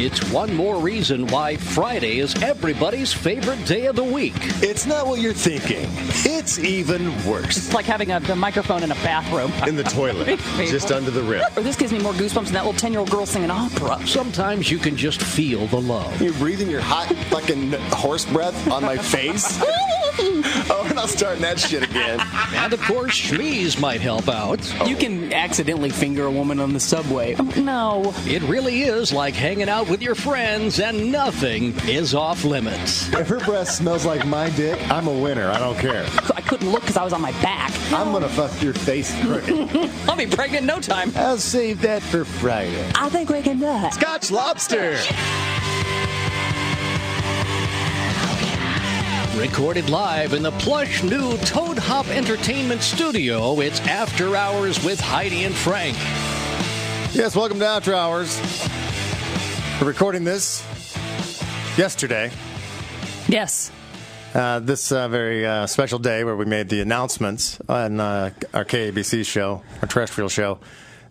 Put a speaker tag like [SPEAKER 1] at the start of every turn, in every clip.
[SPEAKER 1] It's one more reason why Friday is everybody's favorite day of the week.
[SPEAKER 2] It's not what you're thinking. It's even worse.
[SPEAKER 3] It's like having a, the microphone in a bathroom.
[SPEAKER 4] In the toilet, just under the rip.
[SPEAKER 3] Or this gives me more goosebumps than that little 10 year old girl singing opera.
[SPEAKER 1] Sometimes you can just feel the love.
[SPEAKER 2] You're breathing your hot fucking horse breath on my face. oh, we're not starting that shit again.
[SPEAKER 1] And of course, Schmee's might help out.
[SPEAKER 5] You can accidentally finger a woman on the subway.
[SPEAKER 3] No.
[SPEAKER 1] It really is like hanging out with your friends and nothing is off limits.
[SPEAKER 4] If her breath smells like my dick, I'm a winner. I don't care.
[SPEAKER 3] I couldn't look because I was on my back.
[SPEAKER 4] I'm gonna fuck your face.
[SPEAKER 3] I'll be pregnant in no time.
[SPEAKER 4] I'll save that for Friday.
[SPEAKER 3] I think we can uh, do it.
[SPEAKER 2] Scotch lobster.
[SPEAKER 1] Recorded live in the plush new Toad Hop Entertainment Studio, it's After Hours with Heidi and Frank.
[SPEAKER 4] Yes, welcome to After Hours. We're recording this yesterday.
[SPEAKER 3] Yes.
[SPEAKER 4] Uh, this uh, very uh, special day where we made the announcements on uh, our KABC show, our terrestrial show,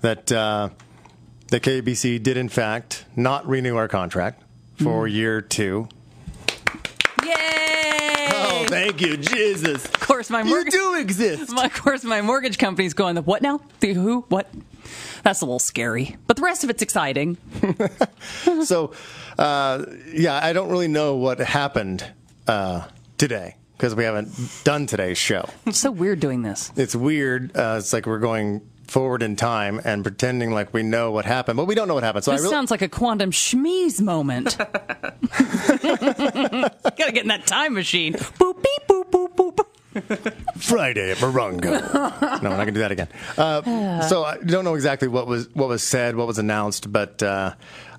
[SPEAKER 4] that uh, the KABC did in fact not renew our contract for year two.
[SPEAKER 3] Yay!
[SPEAKER 4] Oh, thank you, Jesus!
[SPEAKER 3] Of course, my
[SPEAKER 4] You
[SPEAKER 3] mortgage.
[SPEAKER 4] do exist.
[SPEAKER 3] my- of course, my mortgage company's going. The what now? The who? What? That's a little scary, but the rest of it's exciting.
[SPEAKER 4] so, uh, yeah, I don't really know what happened uh, today because we haven't done today's show.
[SPEAKER 3] It's so weird doing this.
[SPEAKER 4] it's weird. Uh, it's like we're going forward in time and pretending like we know what happened, but we don't know what happened. So I
[SPEAKER 3] This
[SPEAKER 4] really,
[SPEAKER 3] sounds like a quantum schmeeze moment. Gotta get in that time machine. Boop beep boop boop boop.
[SPEAKER 4] Friday at Morongo. no, we're not gonna do that again. Uh, so I don't know exactly what was what was said, what was announced, but uh,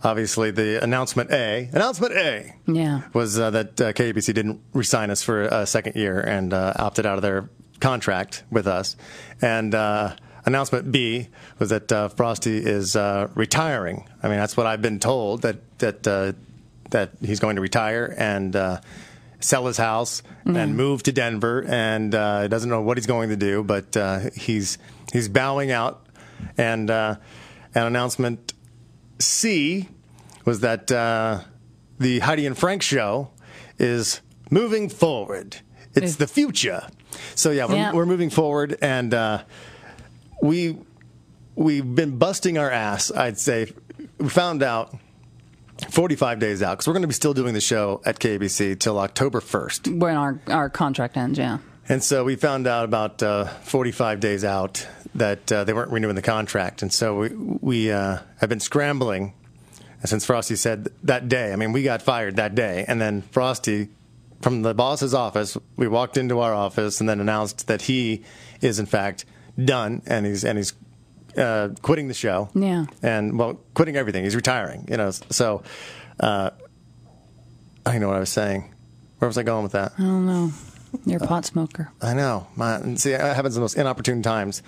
[SPEAKER 4] obviously the announcement A, announcement A,
[SPEAKER 3] Yeah.
[SPEAKER 4] was uh, that uh, KABC didn't resign us for a second year and uh, opted out of their contract with us, and. Uh, Announcement B was that uh, Frosty is uh, retiring. I mean, that's what I've been told that that uh, that he's going to retire and uh, sell his house and move to Denver, and uh, doesn't know what he's going to do, but uh, he's he's bowing out. And uh, an announcement C was that uh, the Heidi and Frank show is moving forward. It's the future. So yeah, we're,
[SPEAKER 3] Yeah.
[SPEAKER 4] we're moving forward, and uh, we we've been busting our ass. I'd say we found out 45 days out because we're going to be still doing the show at KBC till October 1st,
[SPEAKER 3] When our our contract ends, yeah.
[SPEAKER 4] and so we found out about uh, 45 days out that uh, they weren't renewing the contract, and so we we uh, have been scrambling since Frosty said that day. I mean, we got fired that day, and then Frosty. From the boss's office, we walked into our office and then announced that he is in fact done and he's and he's uh, quitting the show.
[SPEAKER 3] Yeah.
[SPEAKER 4] and well, quitting everything. He's retiring. You know, so uh, I don't know what I was saying. Where was I going with that?
[SPEAKER 3] Oh no, you're a pot smoker.
[SPEAKER 4] I know. My, and see, that happens in the most inopportune times.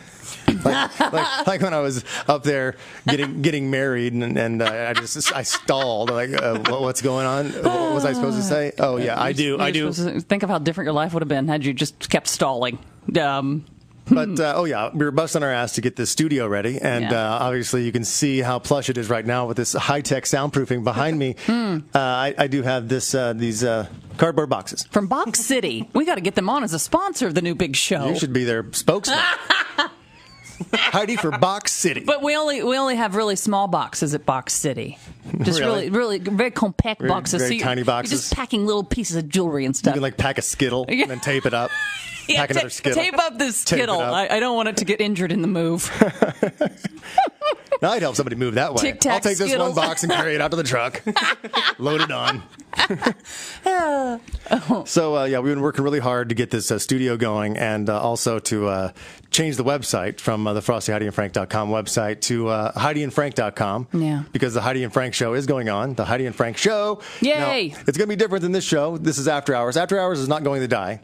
[SPEAKER 4] Like, like, like when I was up there getting getting married, and, and uh, I just I stalled. Like, uh, what, what's going on? What was I supposed to say? Oh yeah, I do, I
[SPEAKER 3] You're
[SPEAKER 4] do.
[SPEAKER 3] supposed to Think of how different your life would have been had you just kept stalling. Um,
[SPEAKER 4] But uh, oh yeah, we were busting our ass to get this studio ready, and
[SPEAKER 3] Yeah.
[SPEAKER 4] uh, obviously you can see how plush it is right now with this high tech soundproofing behind me.
[SPEAKER 3] Hmm.
[SPEAKER 4] uh, I, I do have this uh, these uh, cardboard boxes.
[SPEAKER 3] from Box City, we got to get them on as a sponsor of the new big show.
[SPEAKER 4] You should be their spokesman, Heidi for Box City.
[SPEAKER 3] But we only we only have really small boxes at Box City. Just
[SPEAKER 4] Really?
[SPEAKER 3] really, really, very compact
[SPEAKER 4] Very-
[SPEAKER 3] boxes.
[SPEAKER 4] very
[SPEAKER 3] you-
[SPEAKER 4] tiny
[SPEAKER 3] You're
[SPEAKER 4] boxes.
[SPEAKER 3] just packing little pieces of jewelry and
[SPEAKER 4] You
[SPEAKER 3] stuff.
[SPEAKER 4] can like pack a Skittle
[SPEAKER 3] Yeah.
[SPEAKER 4] and then tape it up.
[SPEAKER 3] yeah,
[SPEAKER 4] pack
[SPEAKER 3] ta-
[SPEAKER 4] another Skittle.
[SPEAKER 3] tape up the skittle.
[SPEAKER 4] up.
[SPEAKER 3] I, I don't want it to get injured in the move.
[SPEAKER 4] Now I'd help somebody move that way.
[SPEAKER 3] Tic Tac
[SPEAKER 4] I'll take this
[SPEAKER 3] Skittles.
[SPEAKER 4] one box and carry it out to the truck, load it on.
[SPEAKER 3] Oh.
[SPEAKER 4] So uh, yeah, we've been working really hard to get this uh, studio going, and uh, also to uh, change the website from uh, the Frosty Heidi and Frank.com website to uh, Heidi and Frank.com.
[SPEAKER 3] Yeah.
[SPEAKER 4] Because the Heidi and Frank show is going on. The Heidi and Frank show.
[SPEAKER 3] Yay!
[SPEAKER 4] Now, it's going to be different than this show. This is After Hours. After Hours is not going to die.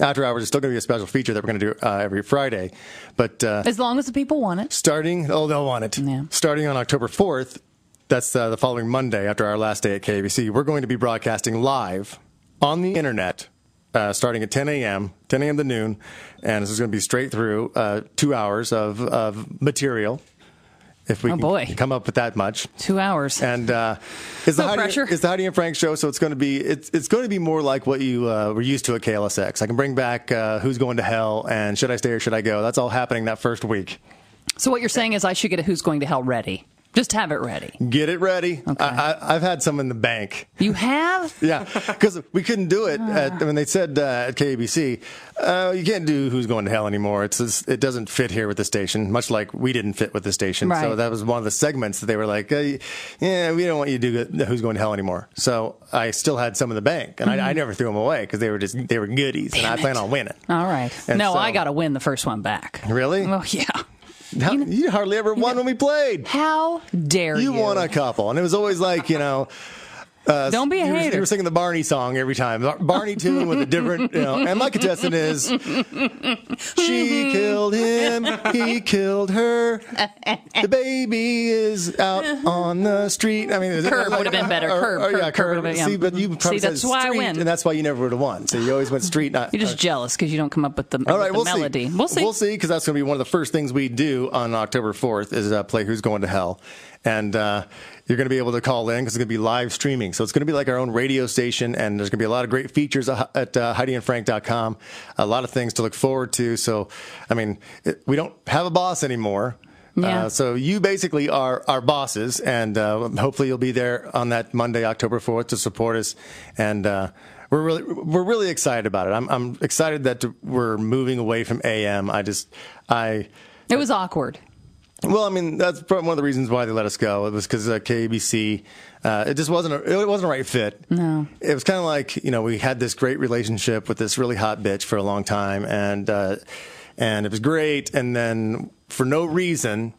[SPEAKER 4] After Hours is still going to be a special feature that we're going to do uh, every Friday, but uh,
[SPEAKER 3] as long as the people want it.
[SPEAKER 4] starting oh they'll want it
[SPEAKER 3] Yeah.
[SPEAKER 4] starting on october 4th that's uh, the following monday after our last day at kbc we're going to be broadcasting live on the internet uh, starting at 10 a.m 10 a.m to noon and this is going to be straight through uh, two hours of, of material if we
[SPEAKER 3] Oh,
[SPEAKER 4] can
[SPEAKER 3] boy.
[SPEAKER 4] come up with that much.
[SPEAKER 3] Two hours.
[SPEAKER 4] And uh, it's the
[SPEAKER 3] No
[SPEAKER 4] Heidi,
[SPEAKER 3] pressure.
[SPEAKER 4] it's the Heidi and Frank show, so it's going to be it's it's going to be more like what you uh, were used to at KLSX. I can bring back uh, who's going to hell and should I stay or should I go. That's all happening that first week.
[SPEAKER 3] so what you're saying is I should get a Who's Going to Hell ready. Just have it ready.
[SPEAKER 4] Get it ready. I, I, I've had some in the bank.
[SPEAKER 3] You have?
[SPEAKER 4] Yeah, because we couldn't do it. At,
[SPEAKER 3] Ah.
[SPEAKER 4] when they said uh, at KABC, uh, you can't do Who's Going to Hell anymore. It's just, it doesn't fit here with the station, much like we didn't fit with the station. So
[SPEAKER 3] Right.
[SPEAKER 4] that was one of the segments that they were like, uh, "Yeah, we don't want you to do Who's Going to Hell anymore." So I still had some in the bank, and
[SPEAKER 3] Mm-hmm.
[SPEAKER 4] I, I never threw them away because they were just they were goodies, and I plan on winning.
[SPEAKER 3] All right.
[SPEAKER 4] And
[SPEAKER 3] no,
[SPEAKER 4] so-
[SPEAKER 3] I got to win the first one back.
[SPEAKER 4] Really?
[SPEAKER 3] Oh, yeah.
[SPEAKER 4] How- you, hardly ever won when we played.
[SPEAKER 3] How dare you?
[SPEAKER 4] You won a couple, and it was always like you know.
[SPEAKER 3] Don't be a
[SPEAKER 4] you were-
[SPEAKER 3] hater.
[SPEAKER 4] you were singing the Barney song every time. Bar- Barney tune with a different, you know. And my contestant is she killed him, he killed her. The baby is out on the street. I mean, it-
[SPEAKER 3] Curb would've been better.
[SPEAKER 4] or-
[SPEAKER 3] Curb,
[SPEAKER 4] or, yeah,
[SPEAKER 3] curb, curb would've been- yeah.
[SPEAKER 4] See, but you probably
[SPEAKER 3] See,
[SPEAKER 4] said
[SPEAKER 3] that's why I
[SPEAKER 4] street,
[SPEAKER 3] win.
[SPEAKER 4] and that's why you never would have won. So you always went street. Not,
[SPEAKER 3] You're just jealous because you don't come up with the,
[SPEAKER 4] all
[SPEAKER 3] with
[SPEAKER 4] right,
[SPEAKER 3] um, the
[SPEAKER 4] we'll
[SPEAKER 3] melody.
[SPEAKER 4] see.
[SPEAKER 3] We'll see.
[SPEAKER 4] We'll see because that's going to be one of the first things we do on October 4th is uh, play Who's Going to Hell, and uh, you're going to be able to call in because it's going to be live streaming. So it's going to be like our own radio station, and there's going to be a lot of great features at at, uh, HeidiandFrank.com. A lot of things to look forward to. So, I mean, it, we don't have a boss anymore.
[SPEAKER 3] Yeah.
[SPEAKER 4] Uh, so you basically are our bosses, and uh, hopefully you'll be there on that Monday, October fourth, to support us. And uh, we're really we're really excited about it. I'm I'm excited that we're moving away from AM. I just I.
[SPEAKER 3] It was awkward.
[SPEAKER 4] Well, I mean, that's probably one of the reasons why they let us go. It was because uh, KABC, uh, it just wasn't a, it wasn't a right fit. No, it was kind of like you know we had this great relationship with this really hot bitch for a long time, and uh, and it was great, and then for no reason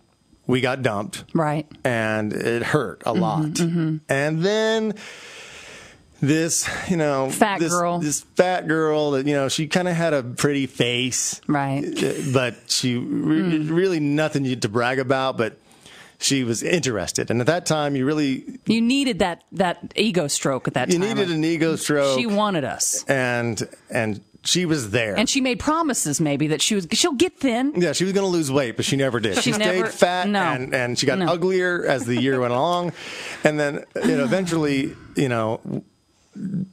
[SPEAKER 4] we got dumped,
[SPEAKER 3] Right.
[SPEAKER 4] and it hurt
[SPEAKER 3] Mm-hmm,
[SPEAKER 4] a lot, and then. This, you know,
[SPEAKER 3] Fat
[SPEAKER 4] this,
[SPEAKER 3] girl.
[SPEAKER 4] this fat girl that you know, she kind of had a pretty face,
[SPEAKER 3] Right. Mm.
[SPEAKER 4] uh, but she re- really nothing you- to brag about, but she was interested. And at that time, you really
[SPEAKER 3] You needed that that ego stroke at that
[SPEAKER 4] you
[SPEAKER 3] time.
[SPEAKER 4] needed an ego stroke,
[SPEAKER 3] She wanted us,
[SPEAKER 4] and and she was there.
[SPEAKER 3] and she made promises maybe that she was she'll get thin.
[SPEAKER 4] yeah, she was going to lose weight, but she never did.
[SPEAKER 3] She
[SPEAKER 4] she stayed
[SPEAKER 3] never-
[SPEAKER 4] fat,
[SPEAKER 3] no.
[SPEAKER 4] and, and she got
[SPEAKER 3] No.
[SPEAKER 4] uglier as the year went along, and then you know eventually you know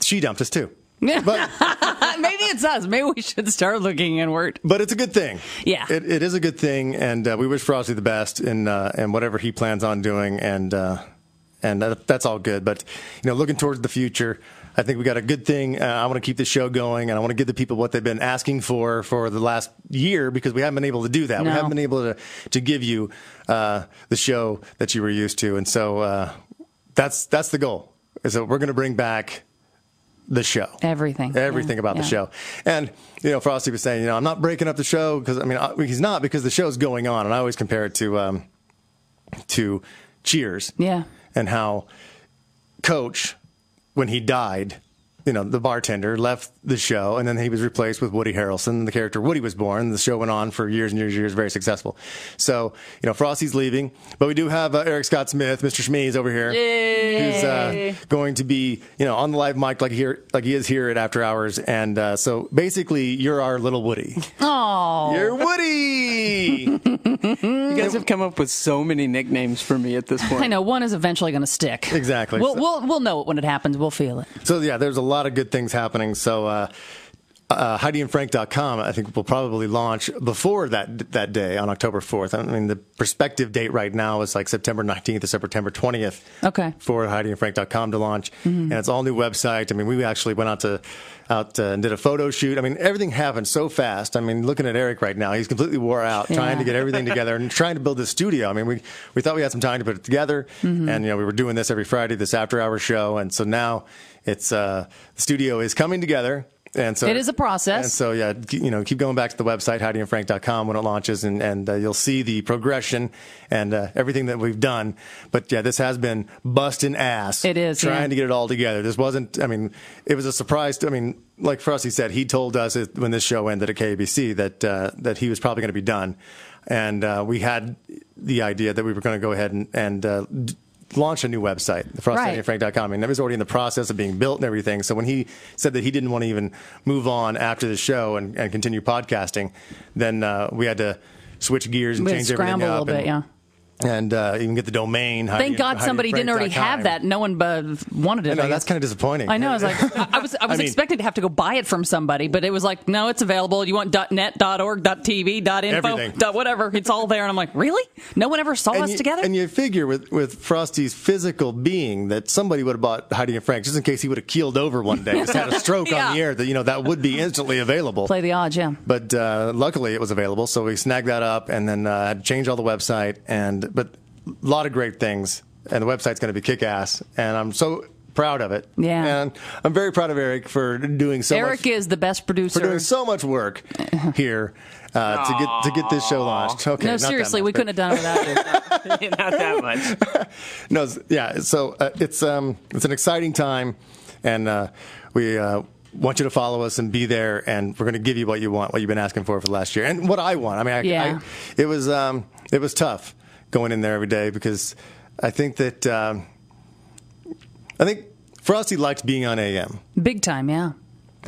[SPEAKER 4] she dumped us too. But
[SPEAKER 3] maybe it's us. Maybe we should start looking inward.
[SPEAKER 4] But it's a good thing.
[SPEAKER 3] Yeah.
[SPEAKER 4] it, it is a good thing, and uh, we wish Frosty the best in uh, in whatever he plans on doing, and uh, and that, that's all good. But you know, looking towards the future, I think we got a good thing. Uh, I want to keep the show going, and I want to give the people what they've been asking for for the last year because we haven't been able to do that. We
[SPEAKER 3] No.
[SPEAKER 4] haven't been able to to give you uh, the show that you were used to, and so uh, that's that's the goal. Is that we're going to bring back the show.
[SPEAKER 3] Everything.
[SPEAKER 4] Everything
[SPEAKER 3] Yeah,
[SPEAKER 4] about the
[SPEAKER 3] yeah.
[SPEAKER 4] show. And, you know, Frosty was saying, you know, I'm not breaking up the show because, I mean, I, he's not because the show's going on. And I always compare it to, um, to Cheers.
[SPEAKER 3] Yeah.
[SPEAKER 4] And how Coach, when he died, you know, the bartender left the show and then he was replaced with Woody Harrelson. The character Woody was born. The show went on for years and years and years, very successful. So, you know, Frosty's leaving, but we do have uh, Eric Scott Smith, Mr. Schmees over here who's uh, going to be you know on the live mic like here like he is here at After Hours, and uh, so basically you're our little Woody.
[SPEAKER 3] Oh,
[SPEAKER 4] You're Woody.
[SPEAKER 5] You guys have come up with so many nicknames for me at this point.
[SPEAKER 3] I know one is eventually going to stick.
[SPEAKER 4] Exactly.
[SPEAKER 3] We'll,
[SPEAKER 4] So-
[SPEAKER 3] we'll we'll know it when it happens. We'll feel it.
[SPEAKER 4] so yeah, there's a lot of good things happening. So. Uh, uh, HeidiandFrank.com, I think, will probably launch before that that day on October 4th. I mean, the prospective date right now is like September 19th or September 20th.
[SPEAKER 3] Okay.
[SPEAKER 4] for HeidiandFrank.com to launch, and it's all new website. I mean, we actually went out to out uh, and did a photo shoot. I mean, everything happened so fast. I mean, looking at Eric right now, he's completely wore out trying to
[SPEAKER 3] Yeah.
[SPEAKER 4] get everything together and trying to build this studio. I mean, we we thought we had some time to put it together,
[SPEAKER 3] Mm-hmm.
[SPEAKER 4] and you know, we were doing this every Friday, this after hour show, and so now it's uh, the studio is coming together. And so
[SPEAKER 3] It is a process.
[SPEAKER 4] And so yeah, g- you know, keep going back to the website HeidiandFrank.com when it launches, and and uh, you'll see the progression and uh, everything that we've done. But yeah, this has been busting ass.
[SPEAKER 3] It is,
[SPEAKER 4] trying
[SPEAKER 3] yeah.
[SPEAKER 4] to get it all together. This wasn't. I mean, it was a surprise. To, I mean, like Frosty said, he told us it, when this show ended at KABC that uh, that he was probably going to be done, and uh, we had the idea that we were going to go ahead and and. Uh, d- Launch a new website,
[SPEAKER 3] Right.
[SPEAKER 4] frostandfrank.com. And that was already in the process of being built and everything. So when he said that he didn't want to even move on after the show and, and continue podcasting, then uh, we had to switch gears and
[SPEAKER 3] We had to
[SPEAKER 4] change everything
[SPEAKER 3] scramble a
[SPEAKER 4] up.
[SPEAKER 3] little bit,
[SPEAKER 4] and-
[SPEAKER 3] yeah.
[SPEAKER 4] and uh, you can get the domain.
[SPEAKER 3] Thank God somebody didn't already have that. No one but wanted it.
[SPEAKER 4] I know,
[SPEAKER 3] I
[SPEAKER 4] that's
[SPEAKER 3] guess.
[SPEAKER 4] kinda disappointing.
[SPEAKER 3] I know. I was like, I I was, I was
[SPEAKER 4] mean-
[SPEAKER 3] expected to have to go buy it from somebody, but it was like, no, it's available. You want .net, .org, .tv, .info,
[SPEAKER 4] Everything.
[SPEAKER 3] dot whatever. It's all there. And I'm like, really? No one ever saw us
[SPEAKER 4] you,
[SPEAKER 3] together.
[SPEAKER 4] and you figure with, with Frosty's physical being that somebody would have bought Heidi and Frank just in case he would have keeled over one day, just had a stroke
[SPEAKER 3] Yeah.
[SPEAKER 4] on the air that you know that would be instantly available.
[SPEAKER 3] Play the odds, yeah.
[SPEAKER 4] But uh, luckily, it was available, so we snagged that up and then uh, had to change all the website. And but a lot of great things, and the website's going to be kick ass, and I'm so proud of it.
[SPEAKER 3] Yeah.
[SPEAKER 4] and I'm very proud of Eric for doing so.
[SPEAKER 3] Eric
[SPEAKER 4] much,
[SPEAKER 3] is the best producer.
[SPEAKER 4] for doing so much work here uh, to get to get this show launched. Okay,
[SPEAKER 3] no,
[SPEAKER 4] not that
[SPEAKER 3] seriously,
[SPEAKER 4] much,
[SPEAKER 3] we
[SPEAKER 4] but-
[SPEAKER 3] couldn't have done it without you.
[SPEAKER 5] Not that much.
[SPEAKER 4] no, it's- yeah. So uh, it's um it's an exciting time, and uh, we uh, want you to follow us and be there. And we're going to give you what you want, what you've been asking for for the last year, and what I want. I mean, I,
[SPEAKER 3] Yeah.
[SPEAKER 4] I, it was um it was tough going in there every day because I think that um, I think Frosty liked being on AM.
[SPEAKER 3] Big time, yeah.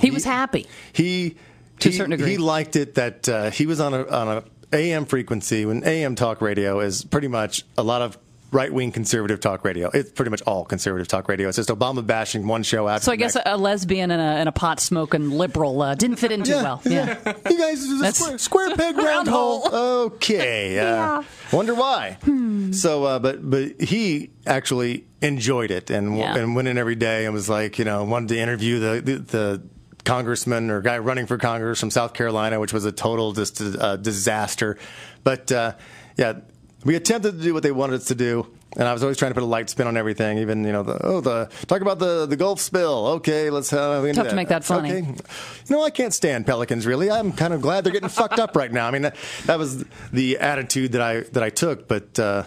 [SPEAKER 3] He was happy.
[SPEAKER 4] He
[SPEAKER 3] To a
[SPEAKER 4] he-
[SPEAKER 3] certain degree.
[SPEAKER 4] he liked it that uh, he was on a on a AM frequency when AM talk radio is pretty much a lot of right wing conservative talk radio. It's pretty much all conservative talk radio. It's just Obama bashing one show after.
[SPEAKER 3] So I
[SPEAKER 4] the
[SPEAKER 3] guess
[SPEAKER 4] next.
[SPEAKER 3] a, a lesbian and a, and a pot smoking liberal uh, didn't fit in too well. Yeah.
[SPEAKER 4] you guys this is a
[SPEAKER 3] That's-
[SPEAKER 4] square, square peg round
[SPEAKER 3] Round
[SPEAKER 4] hole.
[SPEAKER 3] hole. Hmm.
[SPEAKER 4] Okay, uh, wonder why. So, uh, but but he actually enjoyed it and w-
[SPEAKER 3] Yeah.
[SPEAKER 4] and went in every day and was like, you know, wanted to interview the the. the Congressman or guy running for Congress from South Carolina, which was a total just uh, disaster. But uh, yeah, we attempted to do what they wanted us to do, and I was always trying to put a light spin on everything. Even you know, the, oh, the talk about the the Gulf spill. Okay, let's have uh,
[SPEAKER 3] Tough to make that funny.
[SPEAKER 4] Okay, you know, I can't stand pelicans. Really, I'm kind of glad they're getting fucked up right now. I mean, that, that was the attitude that I that I took, but uh,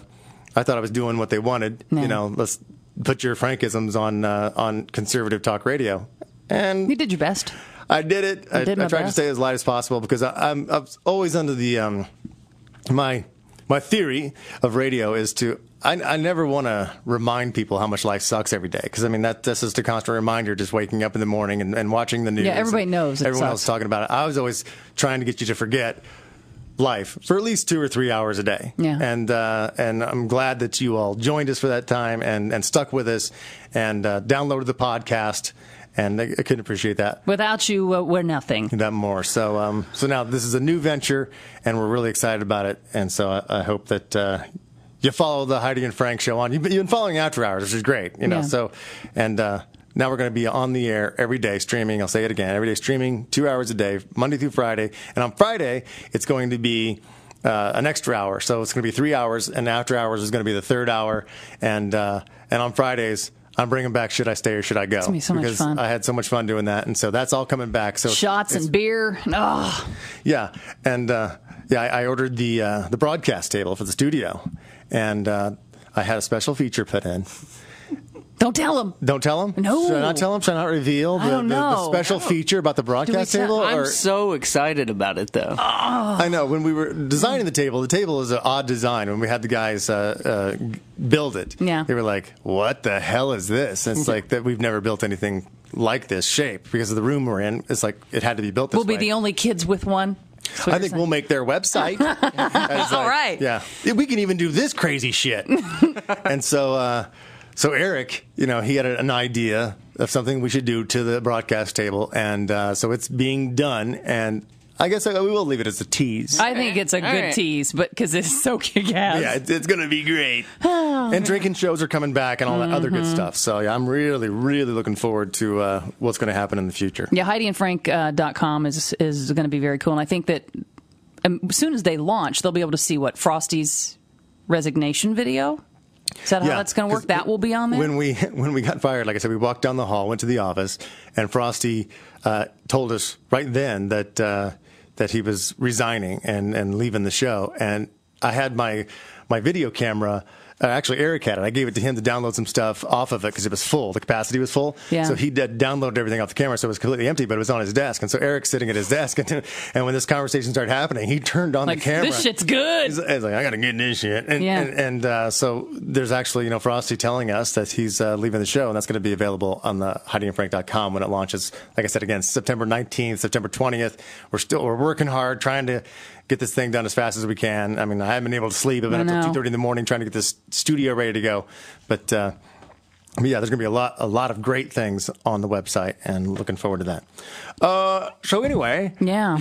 [SPEAKER 4] I thought I was doing what they wanted.
[SPEAKER 3] Yeah.
[SPEAKER 4] You know, let's put your Frankisms on uh, on conservative talk radio, and
[SPEAKER 3] You did your best.
[SPEAKER 4] I did it. I,
[SPEAKER 3] did
[SPEAKER 4] I
[SPEAKER 3] my
[SPEAKER 4] tried to
[SPEAKER 3] best.
[SPEAKER 4] stay as light as possible because I, I'm, I'm always under the um, my my theory of radio is to I, I never want to remind people how much life sucks every day because I mean that this is the constant reminder just waking up in the morning and, and watching the news.
[SPEAKER 3] everybody
[SPEAKER 4] and
[SPEAKER 3] knows it
[SPEAKER 4] everyone
[SPEAKER 3] sucks.
[SPEAKER 4] else talking about it. I was always trying to get you to forget life for at least two or three hours a day.
[SPEAKER 3] Yeah.
[SPEAKER 4] And uh, and I'm glad that you all joined us for that time and and stuck with us and uh, downloaded the podcast. And I, I couldn't appreciate that
[SPEAKER 3] Without you, uh, we're nothing.
[SPEAKER 4] that more. So, um, so now this is a new venture, and we're really excited about it. And so, I, I hope that uh, you follow the Heidi and Frank show on. You've been, you've been following After Hours, which is great, you know.
[SPEAKER 3] Yeah.
[SPEAKER 4] So, and uh, now we're going to be on the air every day streaming. I'll say it again: every day streaming, two hours a day, Monday through Friday. And on Friday, it's going to be. Uh, an extra hour, so it's going to be three hours, and after hours is going to be the third hour, and uh, and on Fridays I'm bringing back should I stay or should I go? It's
[SPEAKER 3] gonna be so much
[SPEAKER 4] because
[SPEAKER 3] fun.
[SPEAKER 4] I had so much fun doing that, and so that's all coming back. So
[SPEAKER 3] Shots
[SPEAKER 4] it's-
[SPEAKER 3] and beer. Oh,
[SPEAKER 4] yeah, and uh, yeah, I, I ordered the uh, the broadcast table for the studio, and uh, I had a special feature put in.
[SPEAKER 3] don't tell him.
[SPEAKER 4] Don't tell them.
[SPEAKER 3] No.
[SPEAKER 4] Should I not tell them? Should I not reveal the,
[SPEAKER 3] I don't
[SPEAKER 4] the, the
[SPEAKER 3] know.
[SPEAKER 4] special feature about the broadcast
[SPEAKER 3] tell-
[SPEAKER 4] table?
[SPEAKER 5] I'm
[SPEAKER 4] or-
[SPEAKER 5] so excited about it, though.
[SPEAKER 4] I know when we were designing the table, the table is an odd design. When we had the guys uh, uh, build it,
[SPEAKER 3] Yeah.
[SPEAKER 4] they were like, "What the hell is this?" And it's like that we've never built anything like this shape because of the room we're in. It's like it had to be built this
[SPEAKER 3] We'll be
[SPEAKER 4] way.
[SPEAKER 3] the only kids with one. That's what
[SPEAKER 4] I
[SPEAKER 3] you're
[SPEAKER 4] think
[SPEAKER 3] saying.
[SPEAKER 4] we'll make their website. As,
[SPEAKER 3] All
[SPEAKER 4] like,
[SPEAKER 3] right.
[SPEAKER 4] Yeah, we can even do this crazy shit. and so, uh, so Eric, you know, he had an idea of something we should do to the broadcast table, and uh, so it's being done. And I guess uh, we will leave it as a tease.
[SPEAKER 3] I think it's a
[SPEAKER 5] All
[SPEAKER 3] good
[SPEAKER 5] right.
[SPEAKER 3] tease, but because it's so kick ass.
[SPEAKER 4] yeah, it's, it's gonna be great. and drinking shows are coming back, and all that other good stuff. So yeah, I'm really, really looking forward to uh, what's gonna happen in the future.
[SPEAKER 3] Yeah, HeidiandFrank.com uh, .com is is going to be very cool, and I think that um, as soon as they launch, they'll be able to see what Frosty's resignation video. Is that how that's going to work?
[SPEAKER 4] 'cause
[SPEAKER 3] That will be on there.
[SPEAKER 4] When we when we got fired, like I said, we walked down the hall, went to the office, and Frosty uh, told us right then that uh, that he was resigning and and leaving the show. And I had my my video camera uh, actually Eric had it. I gave it to him to download some stuff off of it because it was full. The capacity was full.
[SPEAKER 3] Yeah.
[SPEAKER 4] So he did downloaded everything off the camera, so it was completely empty, but it was on his desk. And so Eric's sitting at his desk, and, and when this conversation started happening, he turned on
[SPEAKER 3] Like
[SPEAKER 4] the camera.
[SPEAKER 3] this shit's good.
[SPEAKER 4] He's, he's like, I gotta get this shit. And,
[SPEAKER 3] Yeah.
[SPEAKER 4] and, and uh, so there's actually, you know, Frosty telling us that he's uh, leaving the show, and that's going to be available on the HeidiandFrank.com when it launches. Like I said again, September 19th, September 20th. We're still we're working hard, trying to get this thing done as fast as we can. I mean, I haven't been able to sleep. I've
[SPEAKER 3] I
[SPEAKER 4] been up
[SPEAKER 3] know.
[SPEAKER 4] till 2:30 in the morning trying to get this studio ready to go, but. Uh, but yeah, there's going to be a lot, a lot of great things on the website, and looking forward to that. Uh, so anyway,
[SPEAKER 3] Yeah.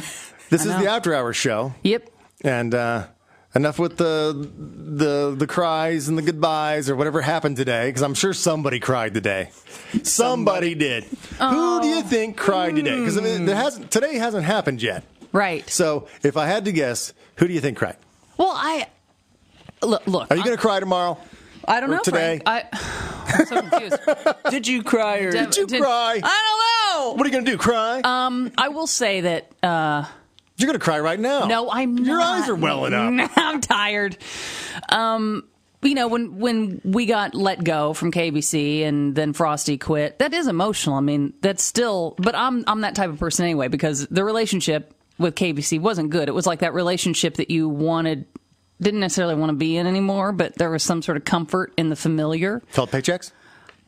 [SPEAKER 4] this
[SPEAKER 3] I
[SPEAKER 4] is
[SPEAKER 3] know.
[SPEAKER 4] the after hours show.
[SPEAKER 3] Yep.
[SPEAKER 4] And uh, enough with the the the cries and the goodbyes or whatever happened today, because I'm sure somebody cried today. Somebody did.
[SPEAKER 3] Oh.
[SPEAKER 4] Who do you think cried today? Because I mean, there hasn't today hasn't happened yet.
[SPEAKER 3] Right.
[SPEAKER 4] So if I had to guess, who do you think cried?
[SPEAKER 3] well, I look. look
[SPEAKER 4] Are you going to cry tomorrow?
[SPEAKER 3] I don't
[SPEAKER 4] or
[SPEAKER 3] know.
[SPEAKER 4] today?
[SPEAKER 3] Frank. I, I'm so confused.
[SPEAKER 5] Did you cry or?
[SPEAKER 3] Did
[SPEAKER 4] you cry?
[SPEAKER 3] I don't know.
[SPEAKER 4] What are you going to do? Cry?
[SPEAKER 3] uh, I will say that. Uh,
[SPEAKER 4] You're going to cry right now.
[SPEAKER 3] no, I'm.
[SPEAKER 4] Your
[SPEAKER 3] not.
[SPEAKER 4] eyes are welling up.
[SPEAKER 3] I'm tired. Um, you know, when when we got let go from KBC and then Frosty quit, that is emotional. I mean, that's still. But I'm I'm that type of person anyway because the relationship with KBC wasn't good. It was like that relationship that you wanted. Didn't necessarily want to be in anymore, but there was some sort of comfort in the familiar.
[SPEAKER 4] Felt paychecks?